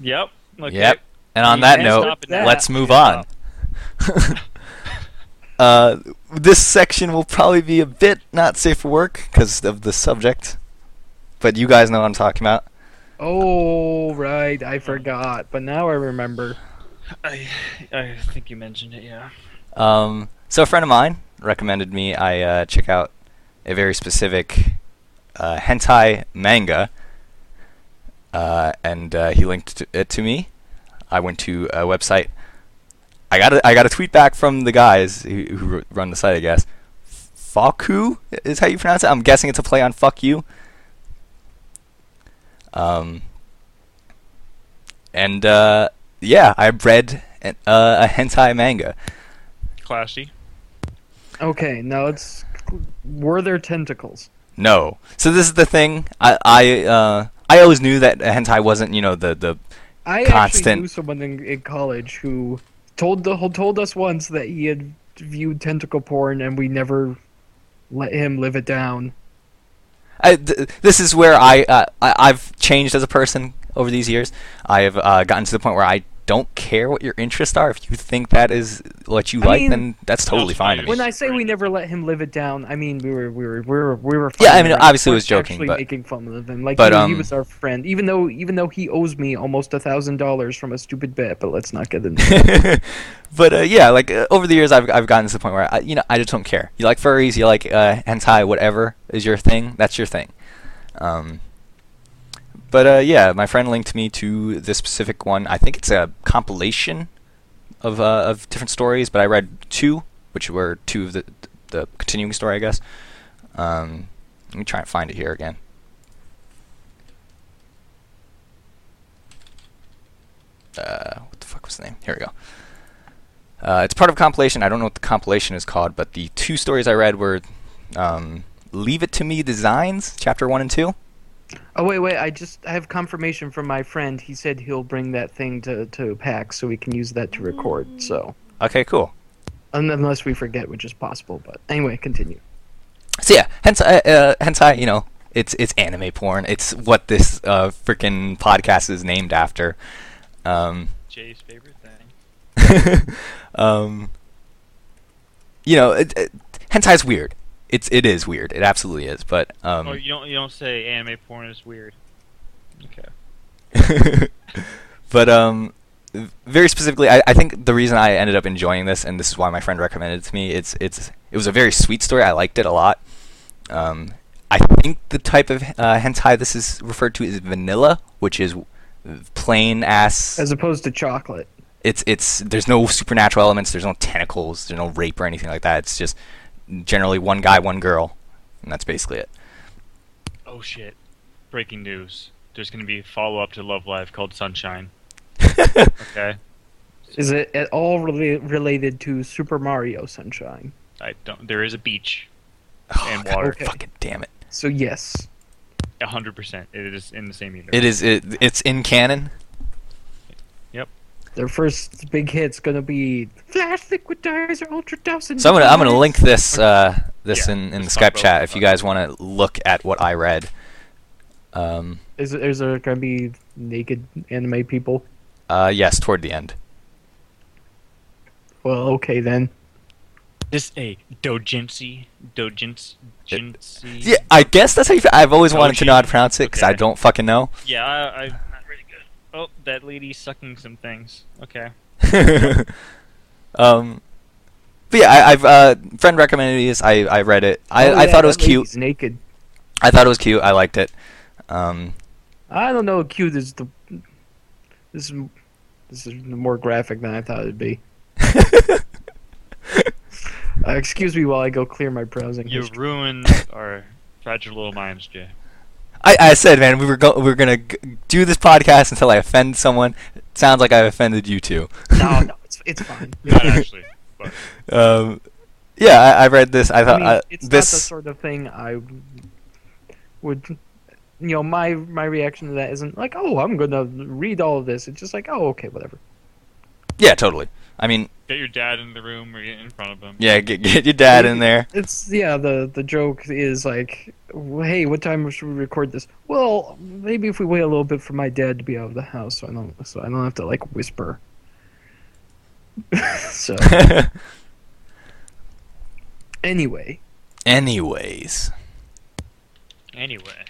Yep. Okay. Yep. and on You that can't note, stop it now. let's move Can't on. <laughs> uh, this section will probably be a bit not safe for work because of the subject, but you guys know what I'm talking about. Oh right, I forgot, but now I remember. I, I think you mentioned it, yeah. Um, so a friend of mine recommended me I uh, check out a very specific uh, hentai manga, uh, and uh, he linked t- it to me. I went to a website. I got a, I got a tweet back from the guys who, who run the site, I guess. Faku is how you pronounce it. I'm guessing it's a play on "fuck you." Um, and uh, yeah, I read an, uh, a hentai manga. Classy. Okay, now let's were there tentacles? No. So this is the thing. I I uh, I always knew that hentai wasn't you know the the I Constant. actually knew someone in, in college who told the who told us once that he had viewed tentacle porn and we never let him live it down. I, th- this is where I, uh, I I've changed as a person over these years. I have uh, gotten to the point where I don't care what your interests are. If you think that is what you I like, mean- then that's totally Sounds fine fine. to to me. When I say we never let him live it down, I mean we were we were we were we were. Yeah, I fucking mean, around. obviously it We was were joking, actually but- making fun of him. Like but, he, he um, was our friend, even though even though he owes me almost a thousand dollars from a stupid bet. But let's not get into. <laughs> it. but uh, yeah, like uh, over the years, I've I've gotten to the point where I, you know I just don't care. You like furries, you like uh, hentai, whatever is your thing. That's your thing. Um, but uh, yeah, my friend linked me to this specific one. I think it's a compilation of uh, of different stories, but I read two, which were two of the the continuing story, I guess. Um, let me try and find it here again. Uh, what the fuck was the name? Here we go. Uh, it's part of a compilation. I don't know what the compilation is called, but the two stories I read were um, "Leave It to Me" designs, chapter one and two. oh wait, wait! I just I have confirmation from my friend. He said he'll bring that thing to to PAX so we can use that to record. So Okay, cool. un- unless we forget, which is possible. But anyway, continue. So yeah, hentai, uh, hentai, you know, it's it's anime porn. It's what this uh, freaking podcast is named after. Um, <laughs> Jay's favorite thing. um, you know, it, it, hentai's weird. It's it is weird. It absolutely is. But um, oh, you don't you don't say anime porn is weird. Okay. <laughs> but um, v- very specifically, I, I think the reason I ended up enjoying this, and this is why my friend recommended it to me, it's it's it was a very sweet story. I liked it a lot. Um, I think the type of uh, hentai this is referred to is vanilla, which is plain ass. As opposed to chocolate. it's it's there's no supernatural elements. There's no tentacles. There's no rape or anything like that. It's just generally one guy, one girl, and that's basically it. Oh shit! Breaking news. There's gonna be a follow up to Love Live called <laughs> Sunshine. okay. Is it at all rela- related to Super Mario Sunshine? I don't. There is a beach. Oh, And God, water. Fucking damn it! So yes, A hundred percent. It is in the same universe. It is it, it's in canon. their first big hit's gonna be Flash Liquidizer Ultra Dawson. So I'm gonna I'm gonna link this uh, this Yeah, in, in the let's talk Skype about chat it. if you guys want to look at what I read. Um, Is, is there gonna be naked anime people? uh, yes, toward the end. Well, okay then. This a dojinsi, dojins, jinsi. Yeah, I guess that's how you. I've always wanted to know how to Oshi. pronounce it because I Okay. don't fucking know. Yeah, I, I'm not really good. Oh, that lady's sucking some things. <laughs> Okay. um, but yeah, I, I've uh, friend recommended this. I, I read it. I, Oh, I yeah, thought it was that cute. lady's Naked. I thought it was cute. I liked it. Um, <laughs> I don't know. Cute is the. This is this is more graphic than I thought it'd be. Uh, excuse me while I go clear my browsing. You history. ruined our fragile little <laughs> minds, Jay. I, I said, man, we were go- we we're gonna g- do this podcast until I offend someone. sounds like I've offended you too. No, no, it's it's fine. Not actually. But um, yeah, I, I read this. I I thought mean, I- it's not the Uh, this. sort of thing I would. You know, my my reaction to that isn't like, oh, I'm gonna read all of this. It's just like, oh, okay, whatever. yeah, totally. I mean, get your dad in the room or get in front of him. yeah, get, <laughs> get your dad in there. <laughs> It's yeah. The the joke is like, hey, what time should we record this? Well, maybe if we wait a little bit for my dad to be out of the house, so I don't so I don't have to like whisper. <laughs> so anyway, Anyways, Anyway,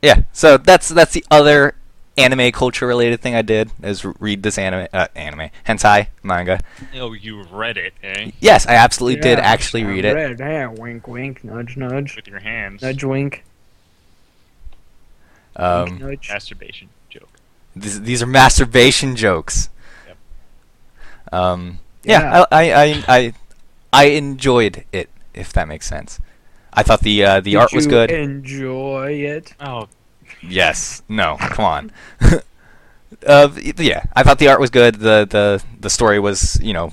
yeah. So that's that's the other anime culture related thing I did is r- read this anime uh, anime hentai manga. oh, you read it, eh? Yes, I absolutely did Yeah, actually I read it. read, yeah, wink, wink, nudge, nudge, With your hands. nudge, wink, wink, Um, nudge. Masturbation joke. th- these are masturbation jokes. Yep. Um, yeah, Yeah. I, I I I I enjoyed it if that makes sense. I thought the uh, the Did art was you good. Enjoy it. Oh, Yes. No. Come on. <laughs> uh, yeah, I thought the art was good. the the The story was, you know,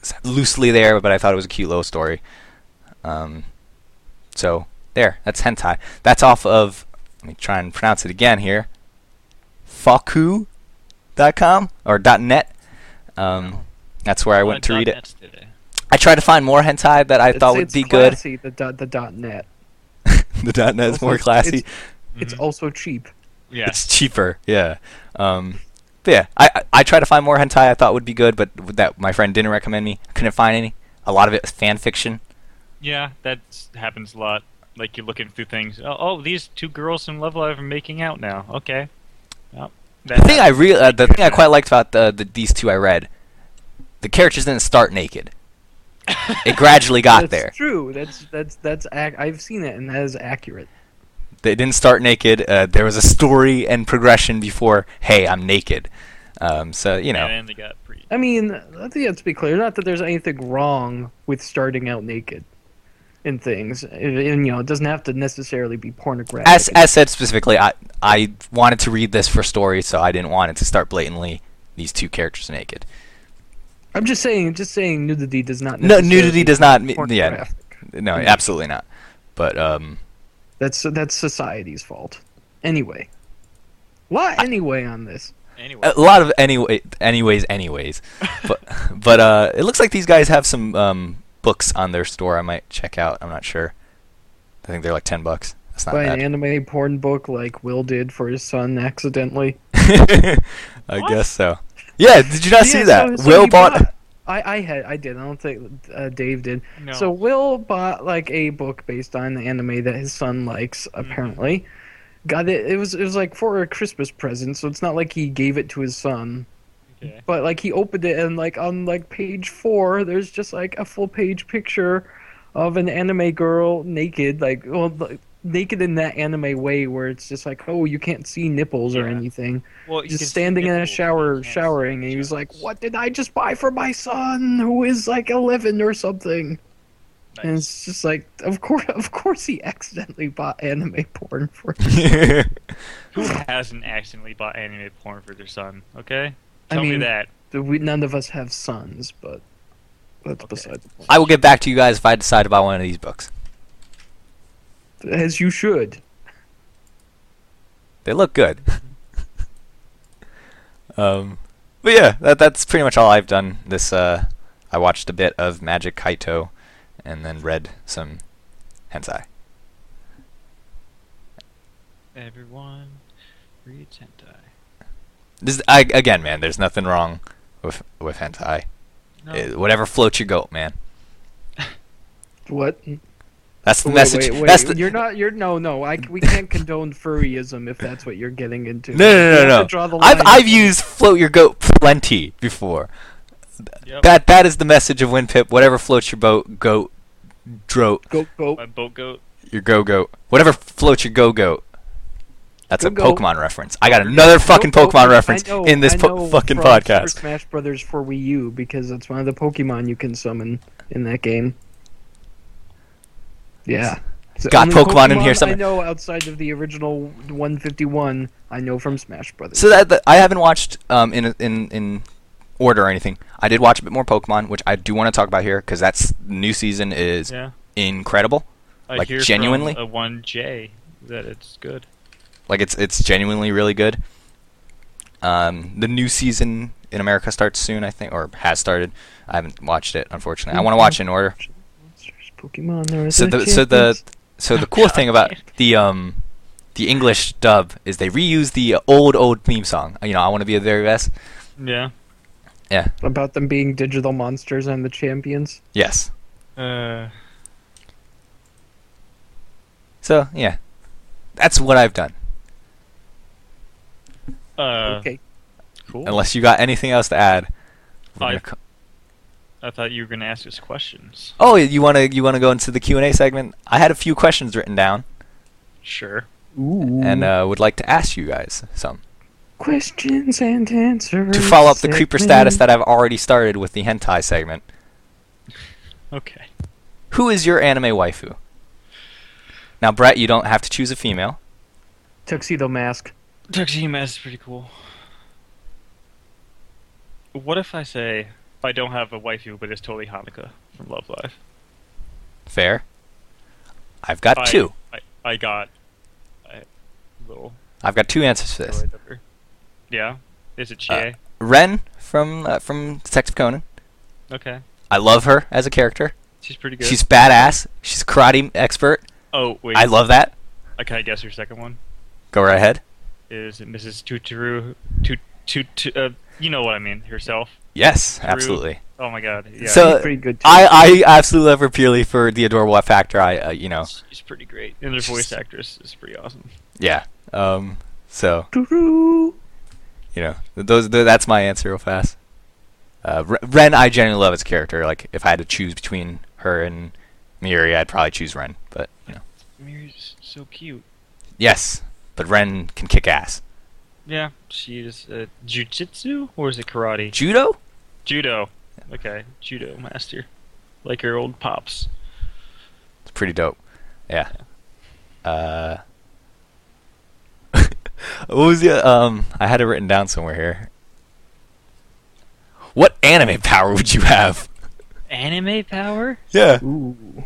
s- loosely there, but I thought it was a cute little story. Um, So there, that's hentai. That's off of let me try and pronounce it again here. Faku.com or .net. Um, Wow. That's where I Oh, went to dot read it. nets Today. I tried to find more hentai that I It's- thought would it's be classy, The dot the dot net. good. <laughs> the .net is Also, more classy. It's, It's Mhm. also cheap. yeah. cheaper. Yeah. Um, but yeah, I, I I tried to find more hentai I thought would be good, but that my friend didn't recommend me. Couldn't find any. A lot of it was fan fiction. Yeah, that happens a lot. Like you're looking through things. Oh, oh these two girls from Love Live are making out now. Okay. Well, that The thing I happens. re- uh, the thing I quite liked about the, the these two I read, the characters didn't start naked. It gradually got that's there. True. That's that's that's. Ac- I've seen it, and that is accurate. They didn't start naked. Uh, there was a story and progression before. Hey, I'm naked. Um, so you know, And they got pretty. I mean, I think let's be clear. Not that there's anything wrong with starting out naked in things, and and, you know, it doesn't have to necessarily be pornographic. as as said specifically, I I wanted to read this for story, so I didn't want it to start blatantly these two characters naked. I'm just saying, just saying, nudity does not. No, necessarily nudity be does not. mean Yeah, pornographic. no, Mm-hmm. absolutely not. But um, That's that's society's fault. Anyway, lot anyway on this. Anyway. a lot of anyway, anyways, <laughs> anyways. but but uh, it looks like these guys have some um, books on their store. I might check out. I'm not sure. I think they're like ten bucks. That's not Buy an bad. anime porn book like Will did for his son accidentally. <laughs> I What? guess so. Yeah, did you not see Yeah, that? so- so Will he bought. I, I had I did I don't think uh, Dave did no. so Will bought like a book based on the anime that his son likes Mm. apparently got it it was it was like for a Christmas present so it's not like he gave it to his son okay. but like he opened it and like on like page four there's just like a full page picture of an anime girl naked like well like, naked in that anime way where it's just like oh you can't see nipples or Yeah. anything Well, you just can standing in a nipple, you shower can't showering see and he was genitals. like what did i just buy for my son who is like 11 or something and Nice. it's just like of course <laughs> of course he accidentally bought anime porn for Who hasn't accidentally bought anime porn for their son? Okay. I Tell me mean- that. we none of us have sons but that's Okay. beside the point <laughs> I will get back to you guys if I decide to buy one of these books. as you should They look good. um, but yeah, that that's pretty much all I've done. This uh, I watched a bit of Magic Kaito, and then read some hentai. Everyone reads hentai. This I, again, man. There's nothing wrong with with hentai. No. Uh, whatever floats your goat, man. what That's the Wait, message. wait, wait. That's the, you're not you're no no I, c- we can't condone furryism if that's what you're getting into no, no, You no, have no. to draw the I've line. I've used float your goat plenty before. Yep. That that is the message of Winpip. Whatever floats your boat, goat, dro go go My boat goat. your go goat, whatever floats your go goat. That's a Go-goat. Pokemon reference. I got another fucking Go- go- Pokemon I reference know- in this I po- know fucking from Super podcast. Smash Brothers for Wii U because that's one of the Pokemon you can summon in that game. Yeah. It's the Got only Pokemon in here I somewhere. know outside of the original 151. I know from Smash Brothers. So that, that- I haven't watched um, in in in order or anything. I did watch a bit more Pokemon, which I do want to talk about here because that's new season is Yeah. incredible. I Like, hear genuinely? From a one J that it's good. Like it's it's genuinely really good. Um, the new season in America starts soon, I think, or has started. I haven't watched it, unfortunately. Mm-hmm. I want to watch it in order. Monsters, Pokemon. There is so a the so the chance. so the cool thing about the um the English dub is they reuse the uh, old old theme song. Uh, You know, I want to be the very best. Yeah. Yeah. about them being digital monsters and the champions. Yes. Uh. So yeah, that's what I've done. Uh. okay. Cool. Unless you got anything else to add. we're I- gonna co- I thought you were gonna ask us questions. Oh, you wanna you wanna go into the Q and A segment? I had a few questions written down Sure. Ooh. and uh, would like to ask you guys some questions and answers. to follow up the creeper status segment. that I've already started with the hentai segment. Okay. Who is your anime waifu? Now, Brett, you don't have to choose a female. tuxedo mask. Tuxedo Mask is pretty cool. What if I say I don't have a waifu, but it's totally Hanukkah from Love Live? Fair. I've got I- two. I, I got a little I've got two answers for this. Uh, Yeah. Is it Chie? Ren from uh, from Detective Conan. okay. I love her as a character. She's pretty good. She's badass. She's a karate expert. oh wait. I love that. Uh, Can I guess your second one? Go right ahead. Is it Mrs. Tuturu? Tut, tut, tu- uh, you know what I mean. Herself. Yes, absolutely. Oh my God. Yeah. So- She's pretty good. Too. I, I absolutely love her purely for the adorable factor. I uh, you know she's pretty great, and her voice actress is pretty awesome. yeah. Um, so Doo-doo. you know th- those th- that's my answer real fast. Uh, Re- Ren, I genuinely love as a character. Like if I had to choose between her and Miri, I'd probably choose Ren. But you know Miri's so cute. yes, but Ren can kick ass. Yeah, she's uh, jujitsu or is it karate? Judo? Judo. Okay, judo master, like your old pops. It's pretty dope. Yeah. Uh, <laughs> what was the um? I had it written down somewhere here. What anime power would you have? Anime power? Yeah. Ooh.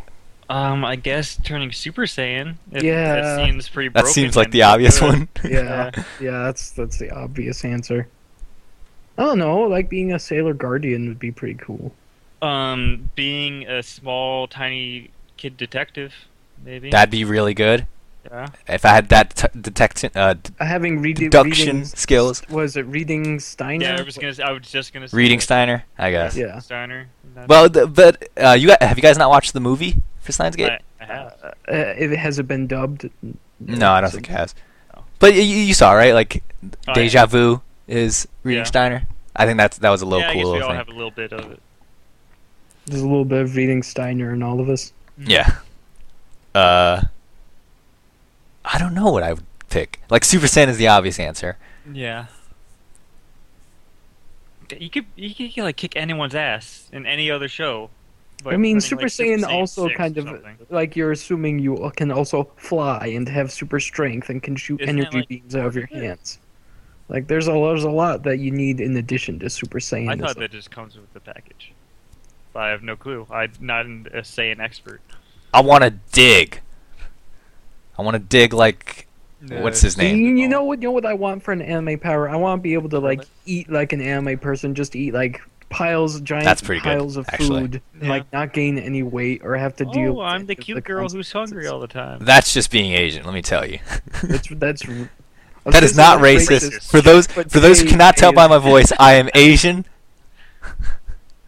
Um, I guess turning Super Saiyan. If Yeah. that seems pretty. That broken, seems like then the you obvious could. one. <laughs> Yeah, yeah, that's that's the obvious answer. I don't know, like being a sailor guardian would be pretty cool. Um, being a small, tiny kid detective, maybe. That'd be really good. yeah. If I had that t- detection, uh, d- Uh, Having read- deduction reading, skills, was it reading Steiner? Yeah, I was gonna. I was just gonna. Say reading Steiner, I guess. Yeah. Steiner. That's- Well, th- but uh, you gu have you guys not watched the movie for Steins Gate? I, I have. Uh, it has it been dubbed? No, I don't So- think it has. No. But you, you saw right, like Oh, Deja Vu is reading Yeah. Steiner. I think that's that was a little Oh, yeah, I cool guess we little all thing. have a little bit of it. There's a little bit of reading Steiner in all of us. Mm. Yeah. Uh, I don't know what I would pick. Like Super Saiyan is the obvious answer. Yeah. You could you could, you could, like kick anyone's ass in any other show. but I mean, putting, Super like, Saiyan also 6 kind or of something. like you're assuming you can also fly and have super strength and can shoot Isn't it, energy like, beams out of your yeah. hands. Like there's a there's a lot that you need in addition to Super Saiyan. I thought that just comes with the package. But I have no clue. I'm not an, a Saiyan expert. I want to dig. I want to dig like what's his You, name? you know what? You know what I want for an anime power? I want to be able to like eat like an anime person, just eat like piles, giant That's pretty good, piles of actually. food, Yeah. like not gain any weight or have to deal. Oh, with I'm the any of cute girl who's hungry consequences. all the time. That's just being Asian. Let me tell you. <laughs> That's that's. that is not racist. racist. For those But for those who they- cannot tell they- by my voice, I am Asian.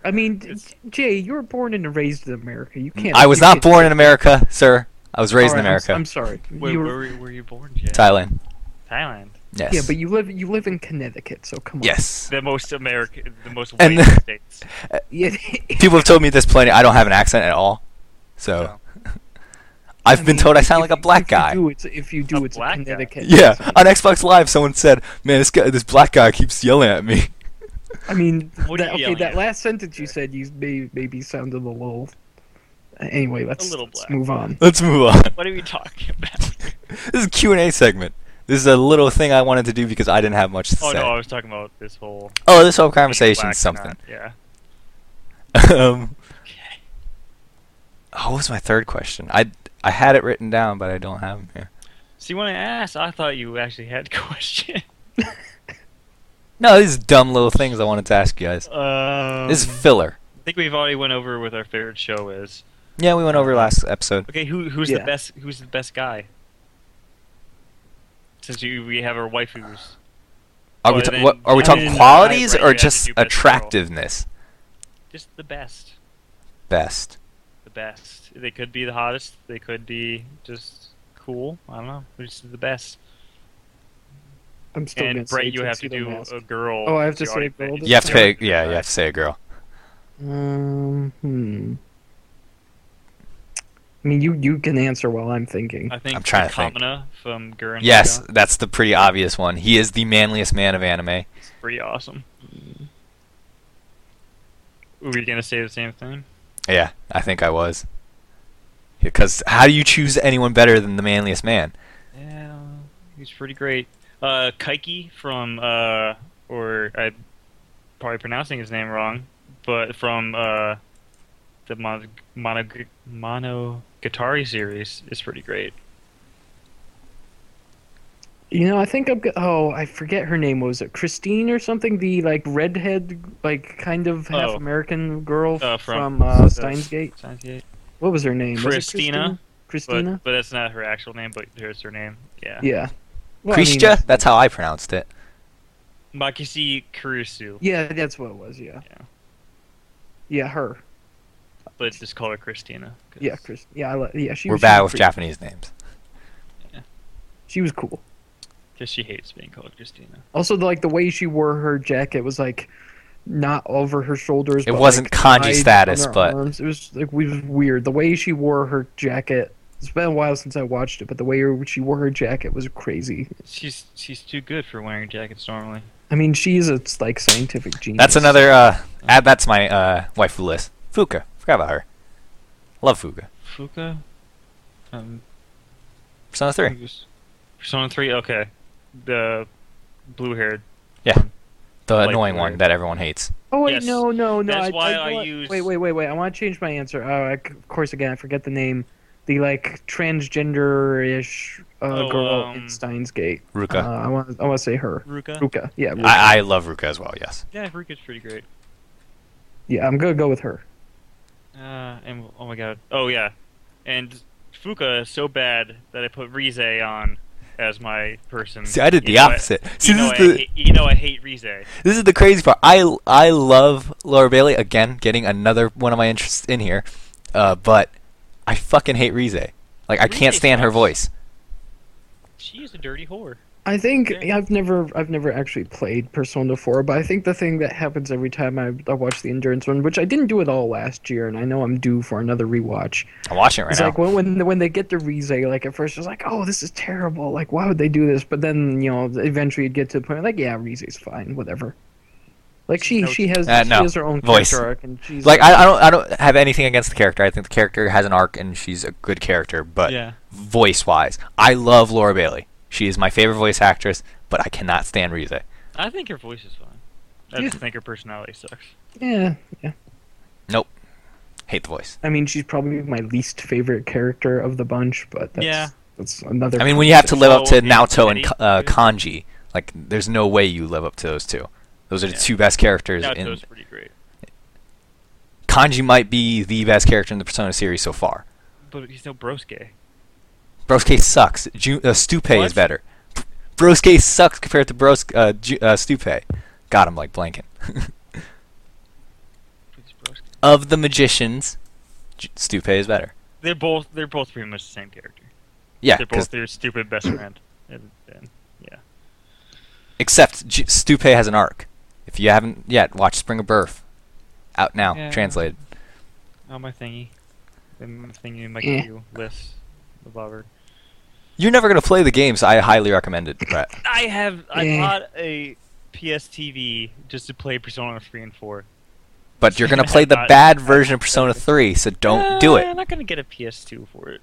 I mean, It's- Jay, you were born and raised in America. You can't. I was you not can't- born in America, sir. I was raised All in right, I'm s- America. I'm, sorry. Wait, you where, were, were, were you born, Jay? Thailand. Thailand. Yes. Yeah, but you live you live in Connecticut, so come on. yes. The most American, the most white And- <laughs> states. <laughs> Yeah, People have told me this plenty. I don't have an accent at all. So No. I've I been mean, told I if sound you- like a black if you guy. do, it's- if you do, A it's a black guy. Connecticut. Yeah, accent. on Xbox Live, someone said, "Man, this guy, this black guy keeps yelling at me." <laughs> I mean, What are that, you okay, yelling that at? last sentence you Okay. said, you may, maybe sounded a little. Anyway, let's, little let's black. move on. Let's move on. <laughs> What are we talking <laughs> about? This is a Q and A segment. This is a little thing I wanted to do because I didn't have much to Oh say. no, I was talking about this whole Oh, this whole conversation black, is something. not- <laughs> yeah. um, oh, what was my third question? I I had it written down, but I don't have them here. See, when I asked, I thought you actually had <laughs> a <laughs> question. No, these dumb little things I wanted to ask you guys. Um, This is filler. I think we've already went over with our favorite show is. Yeah, we went over last episode. Okay, who who's Yeah. the best? Who's the best guy? Since you, we have our waifus. Are we Well, ta- then- what, are we I talking mean, qualities right, you or have to just do best attractiveness? Just the best, Best. the best. They could be the hottest. They could be just cool. I don't know. They're Just the best. I'm still gonna and Brett, say you have to Tuxedo do Mask. a girl. Oh, I have to You say already a girl picked- this You have to time? pick. Yeah, you have to say a girl. Um, hmm. I mean, you you can answer while I'm thinking. I think I'm trying to think. Kamina from Gurren. Yes, Lagann that's the pretty obvious one. He is the manliest man of anime. is pretty awesome. Were we gonna say the same thing? Yeah, I think I was. Because how do you choose anyone better than the manliest man? Yeah, he's pretty great. Uh, Kaiki from, uh, or I'm probably pronouncing his name wrong, but from uh, the mono mono mono Qatari series is pretty great. You know, I think I'm. go- Oh, I forget her name. What was it Christine or something? The like redhead, like kind of half Oh. American girl Uh, from, from- uh, Steins Gate. Sounds good. What was her name? Was it Christina, Christine? Christina. But, but that's not her actual name, but there's her name. Yeah. yeah. Well, I mean, Kristia? That's how I pronounced it. Makisi Kurusu, yeah, that's what it was. Yeah. Yeah. Yeah. her. but just call her Christina. 'cause- Yeah, Chris. Yeah, I li- yeah. She. We're was- she bad with was pretty- Japanese names. She was cool. Because she hates being called Christina. Also, like the way she wore her jacket was like not over her shoulders. It but, wasn't kanji like, tied on status, her but- arms. it was like we was weird. The way she wore her jacket. It's been a while since I watched it, but the way her- she wore her jacket was crazy. She's she's too good for wearing jackets normally. I mean, she's a like scientific genius. That's another. Uh, ah, that's my uh, waifu list. Fuka. Forgot about her. Love Fuka. Fuka? Um, Persona I 3. think it was- Persona 3, okay. The blue haired. The Like annoying weird. one that everyone hates. Oh wait, Yes. no, no, no. That's I, why I, I want- use- Wait, wait, wait, wait. I want to change my answer. Oh, I c of course, again, I forget the name. The like transgender-ish uh, Oh, girl um, in Steins Gate. Uh, Ruka. I want, I want to say her. Ruka? Ruka. Yeah, Ruka. I, I love Ruka as well, yes. Yeah, Ruka's pretty great. yeah. I'm gonna go with her. Uh, and oh my god. Oh yeah. And Fuka is so bad that I put Rize on as my person. See, I did the You know I- opposite. See, You know, I, this is the, hate- you know I hate Rize. this is the crazy part. I, I love Laura Bailey. Again, getting another one of my interests in here. Uh, but I fucking hate Rize. Like, I can't Rize stand her sucks. voice. She is a dirty whore. I think Yeah. I've never I've never actually played Persona 4, but I think the thing that happens every time I, I watch the endurance one, which I didn't do it all last year, and I know I'm due for another rewatch. I'm watching it right it's now. like when when when they get to Rize, like at first it's like, oh, this is terrible. Like why would they do this? But then you know eventually you get to the point like yeah, Rize's fine, whatever. Like she No- she has Uh, she no. has her own Voice. character arc, and she's like I, I don't I don't have anything against the character. I think the character has an arc and she's a good character, but Yeah. voice wise, I love Laura Bailey. She is my favorite voice actress, but I cannot stand Rize. I think her voice is fine. I just think her personality sucks. yeah yeah. Hate the voice. I mean she's probably my least favorite character of the bunch, but that's, Yeah. that's another. I mean, when you have to live up to Oh, and Naoto and Eddie. uh, Kanji, like there's no way you live up to those two. Those are the Yeah. two best characters. In Naoto's pretty great. Kanji might be the best character in the Persona series so far. But he's no broske. Brosuke sucks. Ju- uh, Stupe is What? better. Brosuke sucks compared to Bros uh, Ju- uh, Stupe. God, I'm like blanking. <laughs> He's broske. of the magicians, J- Stupe is better. They're both they're both pretty much the same character. Yeah, they're 'cause- both their stupid best friend. And, and, yeah. except J- Stupe has an arc. If you haven't yet, watch Spring of Birth. Out now, Yeah. translated. Oh my thingy. I'm thingy in my Eh. queue list. The bobber. You're never gonna play the game, so I highly recommend it. Brett. I have I Eh. bought a PS TV just to play Persona 3 and 4. But <laughs> you're gonna play the Not- bad version of Persona 3, so don't do Uh, it. I'm not gonna get a PS2 for it.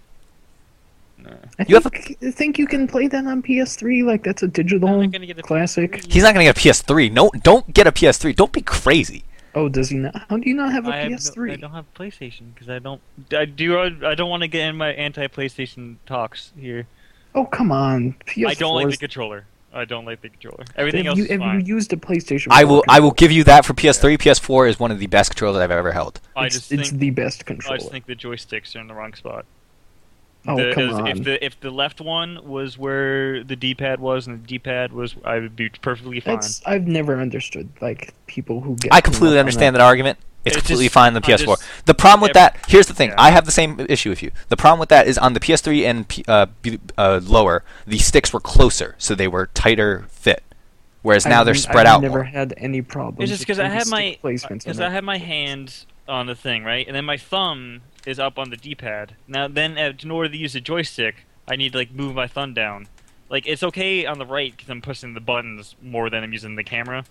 No. I You have think, I think you can play that on PS3. Like that's a I'm digital not gonna get a classic. PS3. He's not gonna get a PS3. No, don't get a PS3. Don't be crazy. Oh, does he not? How do you not have a I have no- PS3? I don't have PlayStation because I don't. I do. I don't want to get in my anti-PlayStation talks here. oh, come on. PS4. I don't like the controller. I don't like the controller. Everything have else you, is have you fine. used a PlayStation? I will. I will give. give you that for PS3. PS4 is one of the best controllers I've ever held. I it's, just it's think. the best I controller. just think the joysticks are in the wrong spot. oh, The- come is- on. If the if the left one was where the D-pad was and the D-pad was, I would be perfectly fine. That's I've never understood like people who get. I completely understand that argument. It's It's completely just- fine on the I just- PS4. the problem with every- that, here's the thing. yeah. I have the same issue with you. The problem with that is on the PS3 and P, uh, B, uh, lower, the sticks were closer, so they were tighter fit. Whereas now they're spread I've out never more. had any problems. It's just with because I any have stick my placements. because on I it. have my hand on the thing right, and then my thumb is up on the D-pad. Now then, uh, in order to use a joystick, I need to like move my thumb down. Like it's okay on the right because I'm pushing the buttons more than I'm using the camera,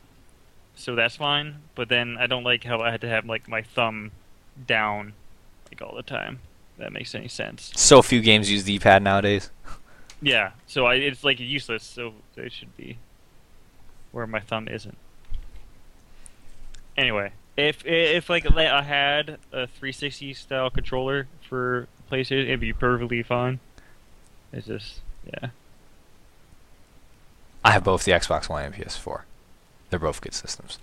so that's fine. But then I don't like how I had to have like my thumb down like all the time. If that makes any sense? So few games use the pad nowadays. Yeah. So I it's like useless. So they should be where my thumb isn't. Anyway, if if like I had a 360 style controller for PlayStation, it'd be perfectly fine. It's just, yeah. I have both the Xbox One and PS4. They're both good systems.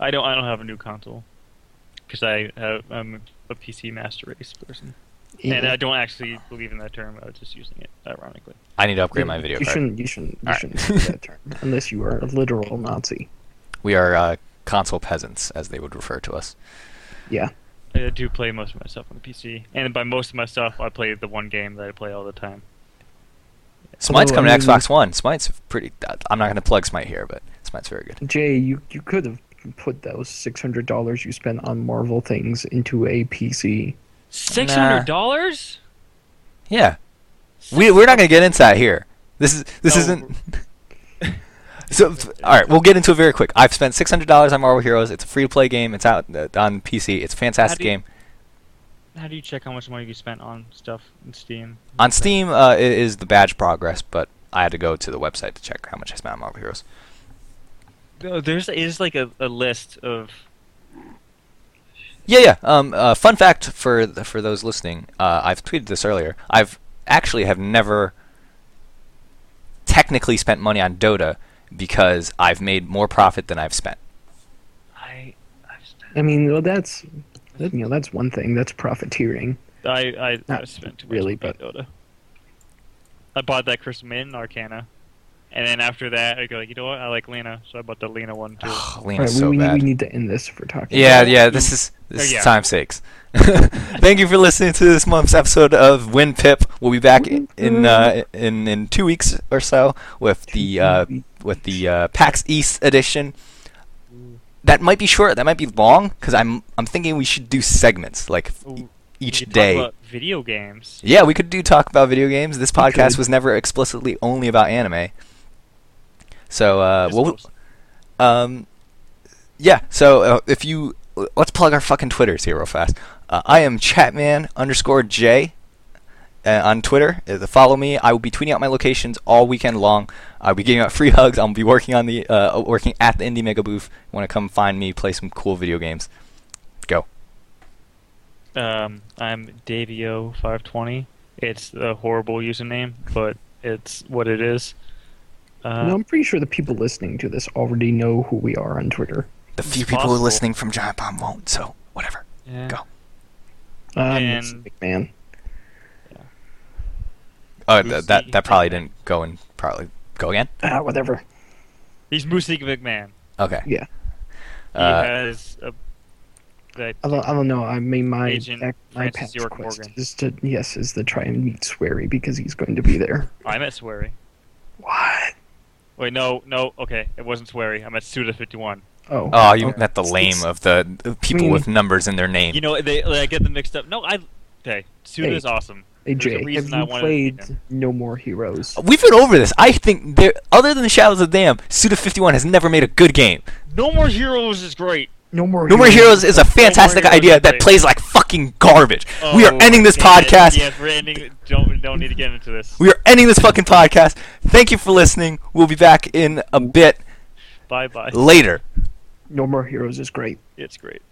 I don't. I don't have a new console because I have, I'm a PC master race person, and I don't actually believe in that term. I was just using it ironically. I need to upgrade my video you card. shouldn't. You shouldn't. You Alright. shouldn't use that term unless you are a literal Nazi. We are uh, console peasants, as they would refer to us. Yeah. I do play most of my stuff on the PC, and by most of my stuff, I play the one game that I play all the time. Smite's I coming mean- to Xbox One. Smite's pretty. uh, I'm not going to plug Smite here, but Smite's very good. Jay, you you could have put those six hundred dollars you spent on Marvel things into a PC. Six hundred dollars? Yeah, we we're not going to get into that here. This is this No. isn't. <laughs> so f- all right, we'll get into it very quick. I've spent six hundred dollars on Marvel Heroes. It's a free to play game. It's out uh, on PC. It's a fantastic How do you- game. How do you check how much money you spent on stuff in Steam? On Steam, uh, it is the badge progress, but I had to go to the website to check how much I spent on Marvel Heroes. No, There's is like a, a list of Yeah, yeah. Um, uh, fun fact for th- for those listening, uh, I've tweeted this earlier. I've actually have never technically spent money on Dota because I've made more profit than I've spent. I I've spent I mean, well, that's that, you know that's one thing. That's profiteering. I I Not I've spent too much really, on Dota. I bought that Chris Min Arcana, and then after that I go like you know what I like Lena, so I bought the Lena one too. <sighs> Ugh, All Lena's right, we, so we, need, bad. we need to end this if we're talking. yeah, about- yeah. This is this Oh, is yeah. time sakes. <laughs> Thank you for listening to this month's episode of Win Pip. We'll be back i- in uh, in in two weeks or so with the uh, with the uh, PAX East edition. That might be short. That might be long because I'm I'm thinking we should do segments like f- Ooh, We E-, each could talk day. about video games. yeah, we could do talk about video games. This We podcast could. was never explicitly only about anime. So uh, Just we'll, those. um, yeah. So uh, if you l- let's plug our fucking twitters here real fast. Uh, I am Chatman underscore J uh, on Twitter. Uh, follow me. I will be tweeting out my locations all weekend long. I'll be giving out free <laughs> hugs. I'll be working on the uh, working at the Indie Mega Booth. Want to come find me? Play some cool video games. Go. Um, I'm Davio520. It's a horrible username, but it's what it is. Uh, No, I'm pretty sure the people listening to this already know who we are on Twitter. The It's few people possible. listening from Giant Bomb won't. So whatever. yeah. Go. Um, And- man, Uh, Who's th- that the- that probably didn't go and probably go again. ah, whatever. He's Moosey McMahon. Okay. Yeah, He Uh, has a, that I don't, I don't know. I mean, my Agent ac- my Francis patch York quest Morgan. is to yes is to try and meet Swery because he's going to be there. I'm at Swery. What? Wait, no, no. Okay, it wasn't Swery. I'm at Suda51. Oh, oh, you okay. met the lame It's- of the the people mean- with numbers in their name. You know, they like, I get them mixed up. No, I. Okay, Suda Hey. is awesome. Hey There's a Jay, have reason you I wanted to meet played No More Heroes? We've been over this. I think there, other than Shadows of Dam, Suda51 has never made a good game. No More Heroes is great. No More No More Heroes is a fantastic Heroes idea is that great. plays like fucking garbage. we are Oh, ending this damn it. podcast. Yes, we're ending. Don't don't need to get into this. We are ending this fucking podcast. Thank you for listening. We'll be back in a bit Bye bye. later. No More Heroes is great. It's great.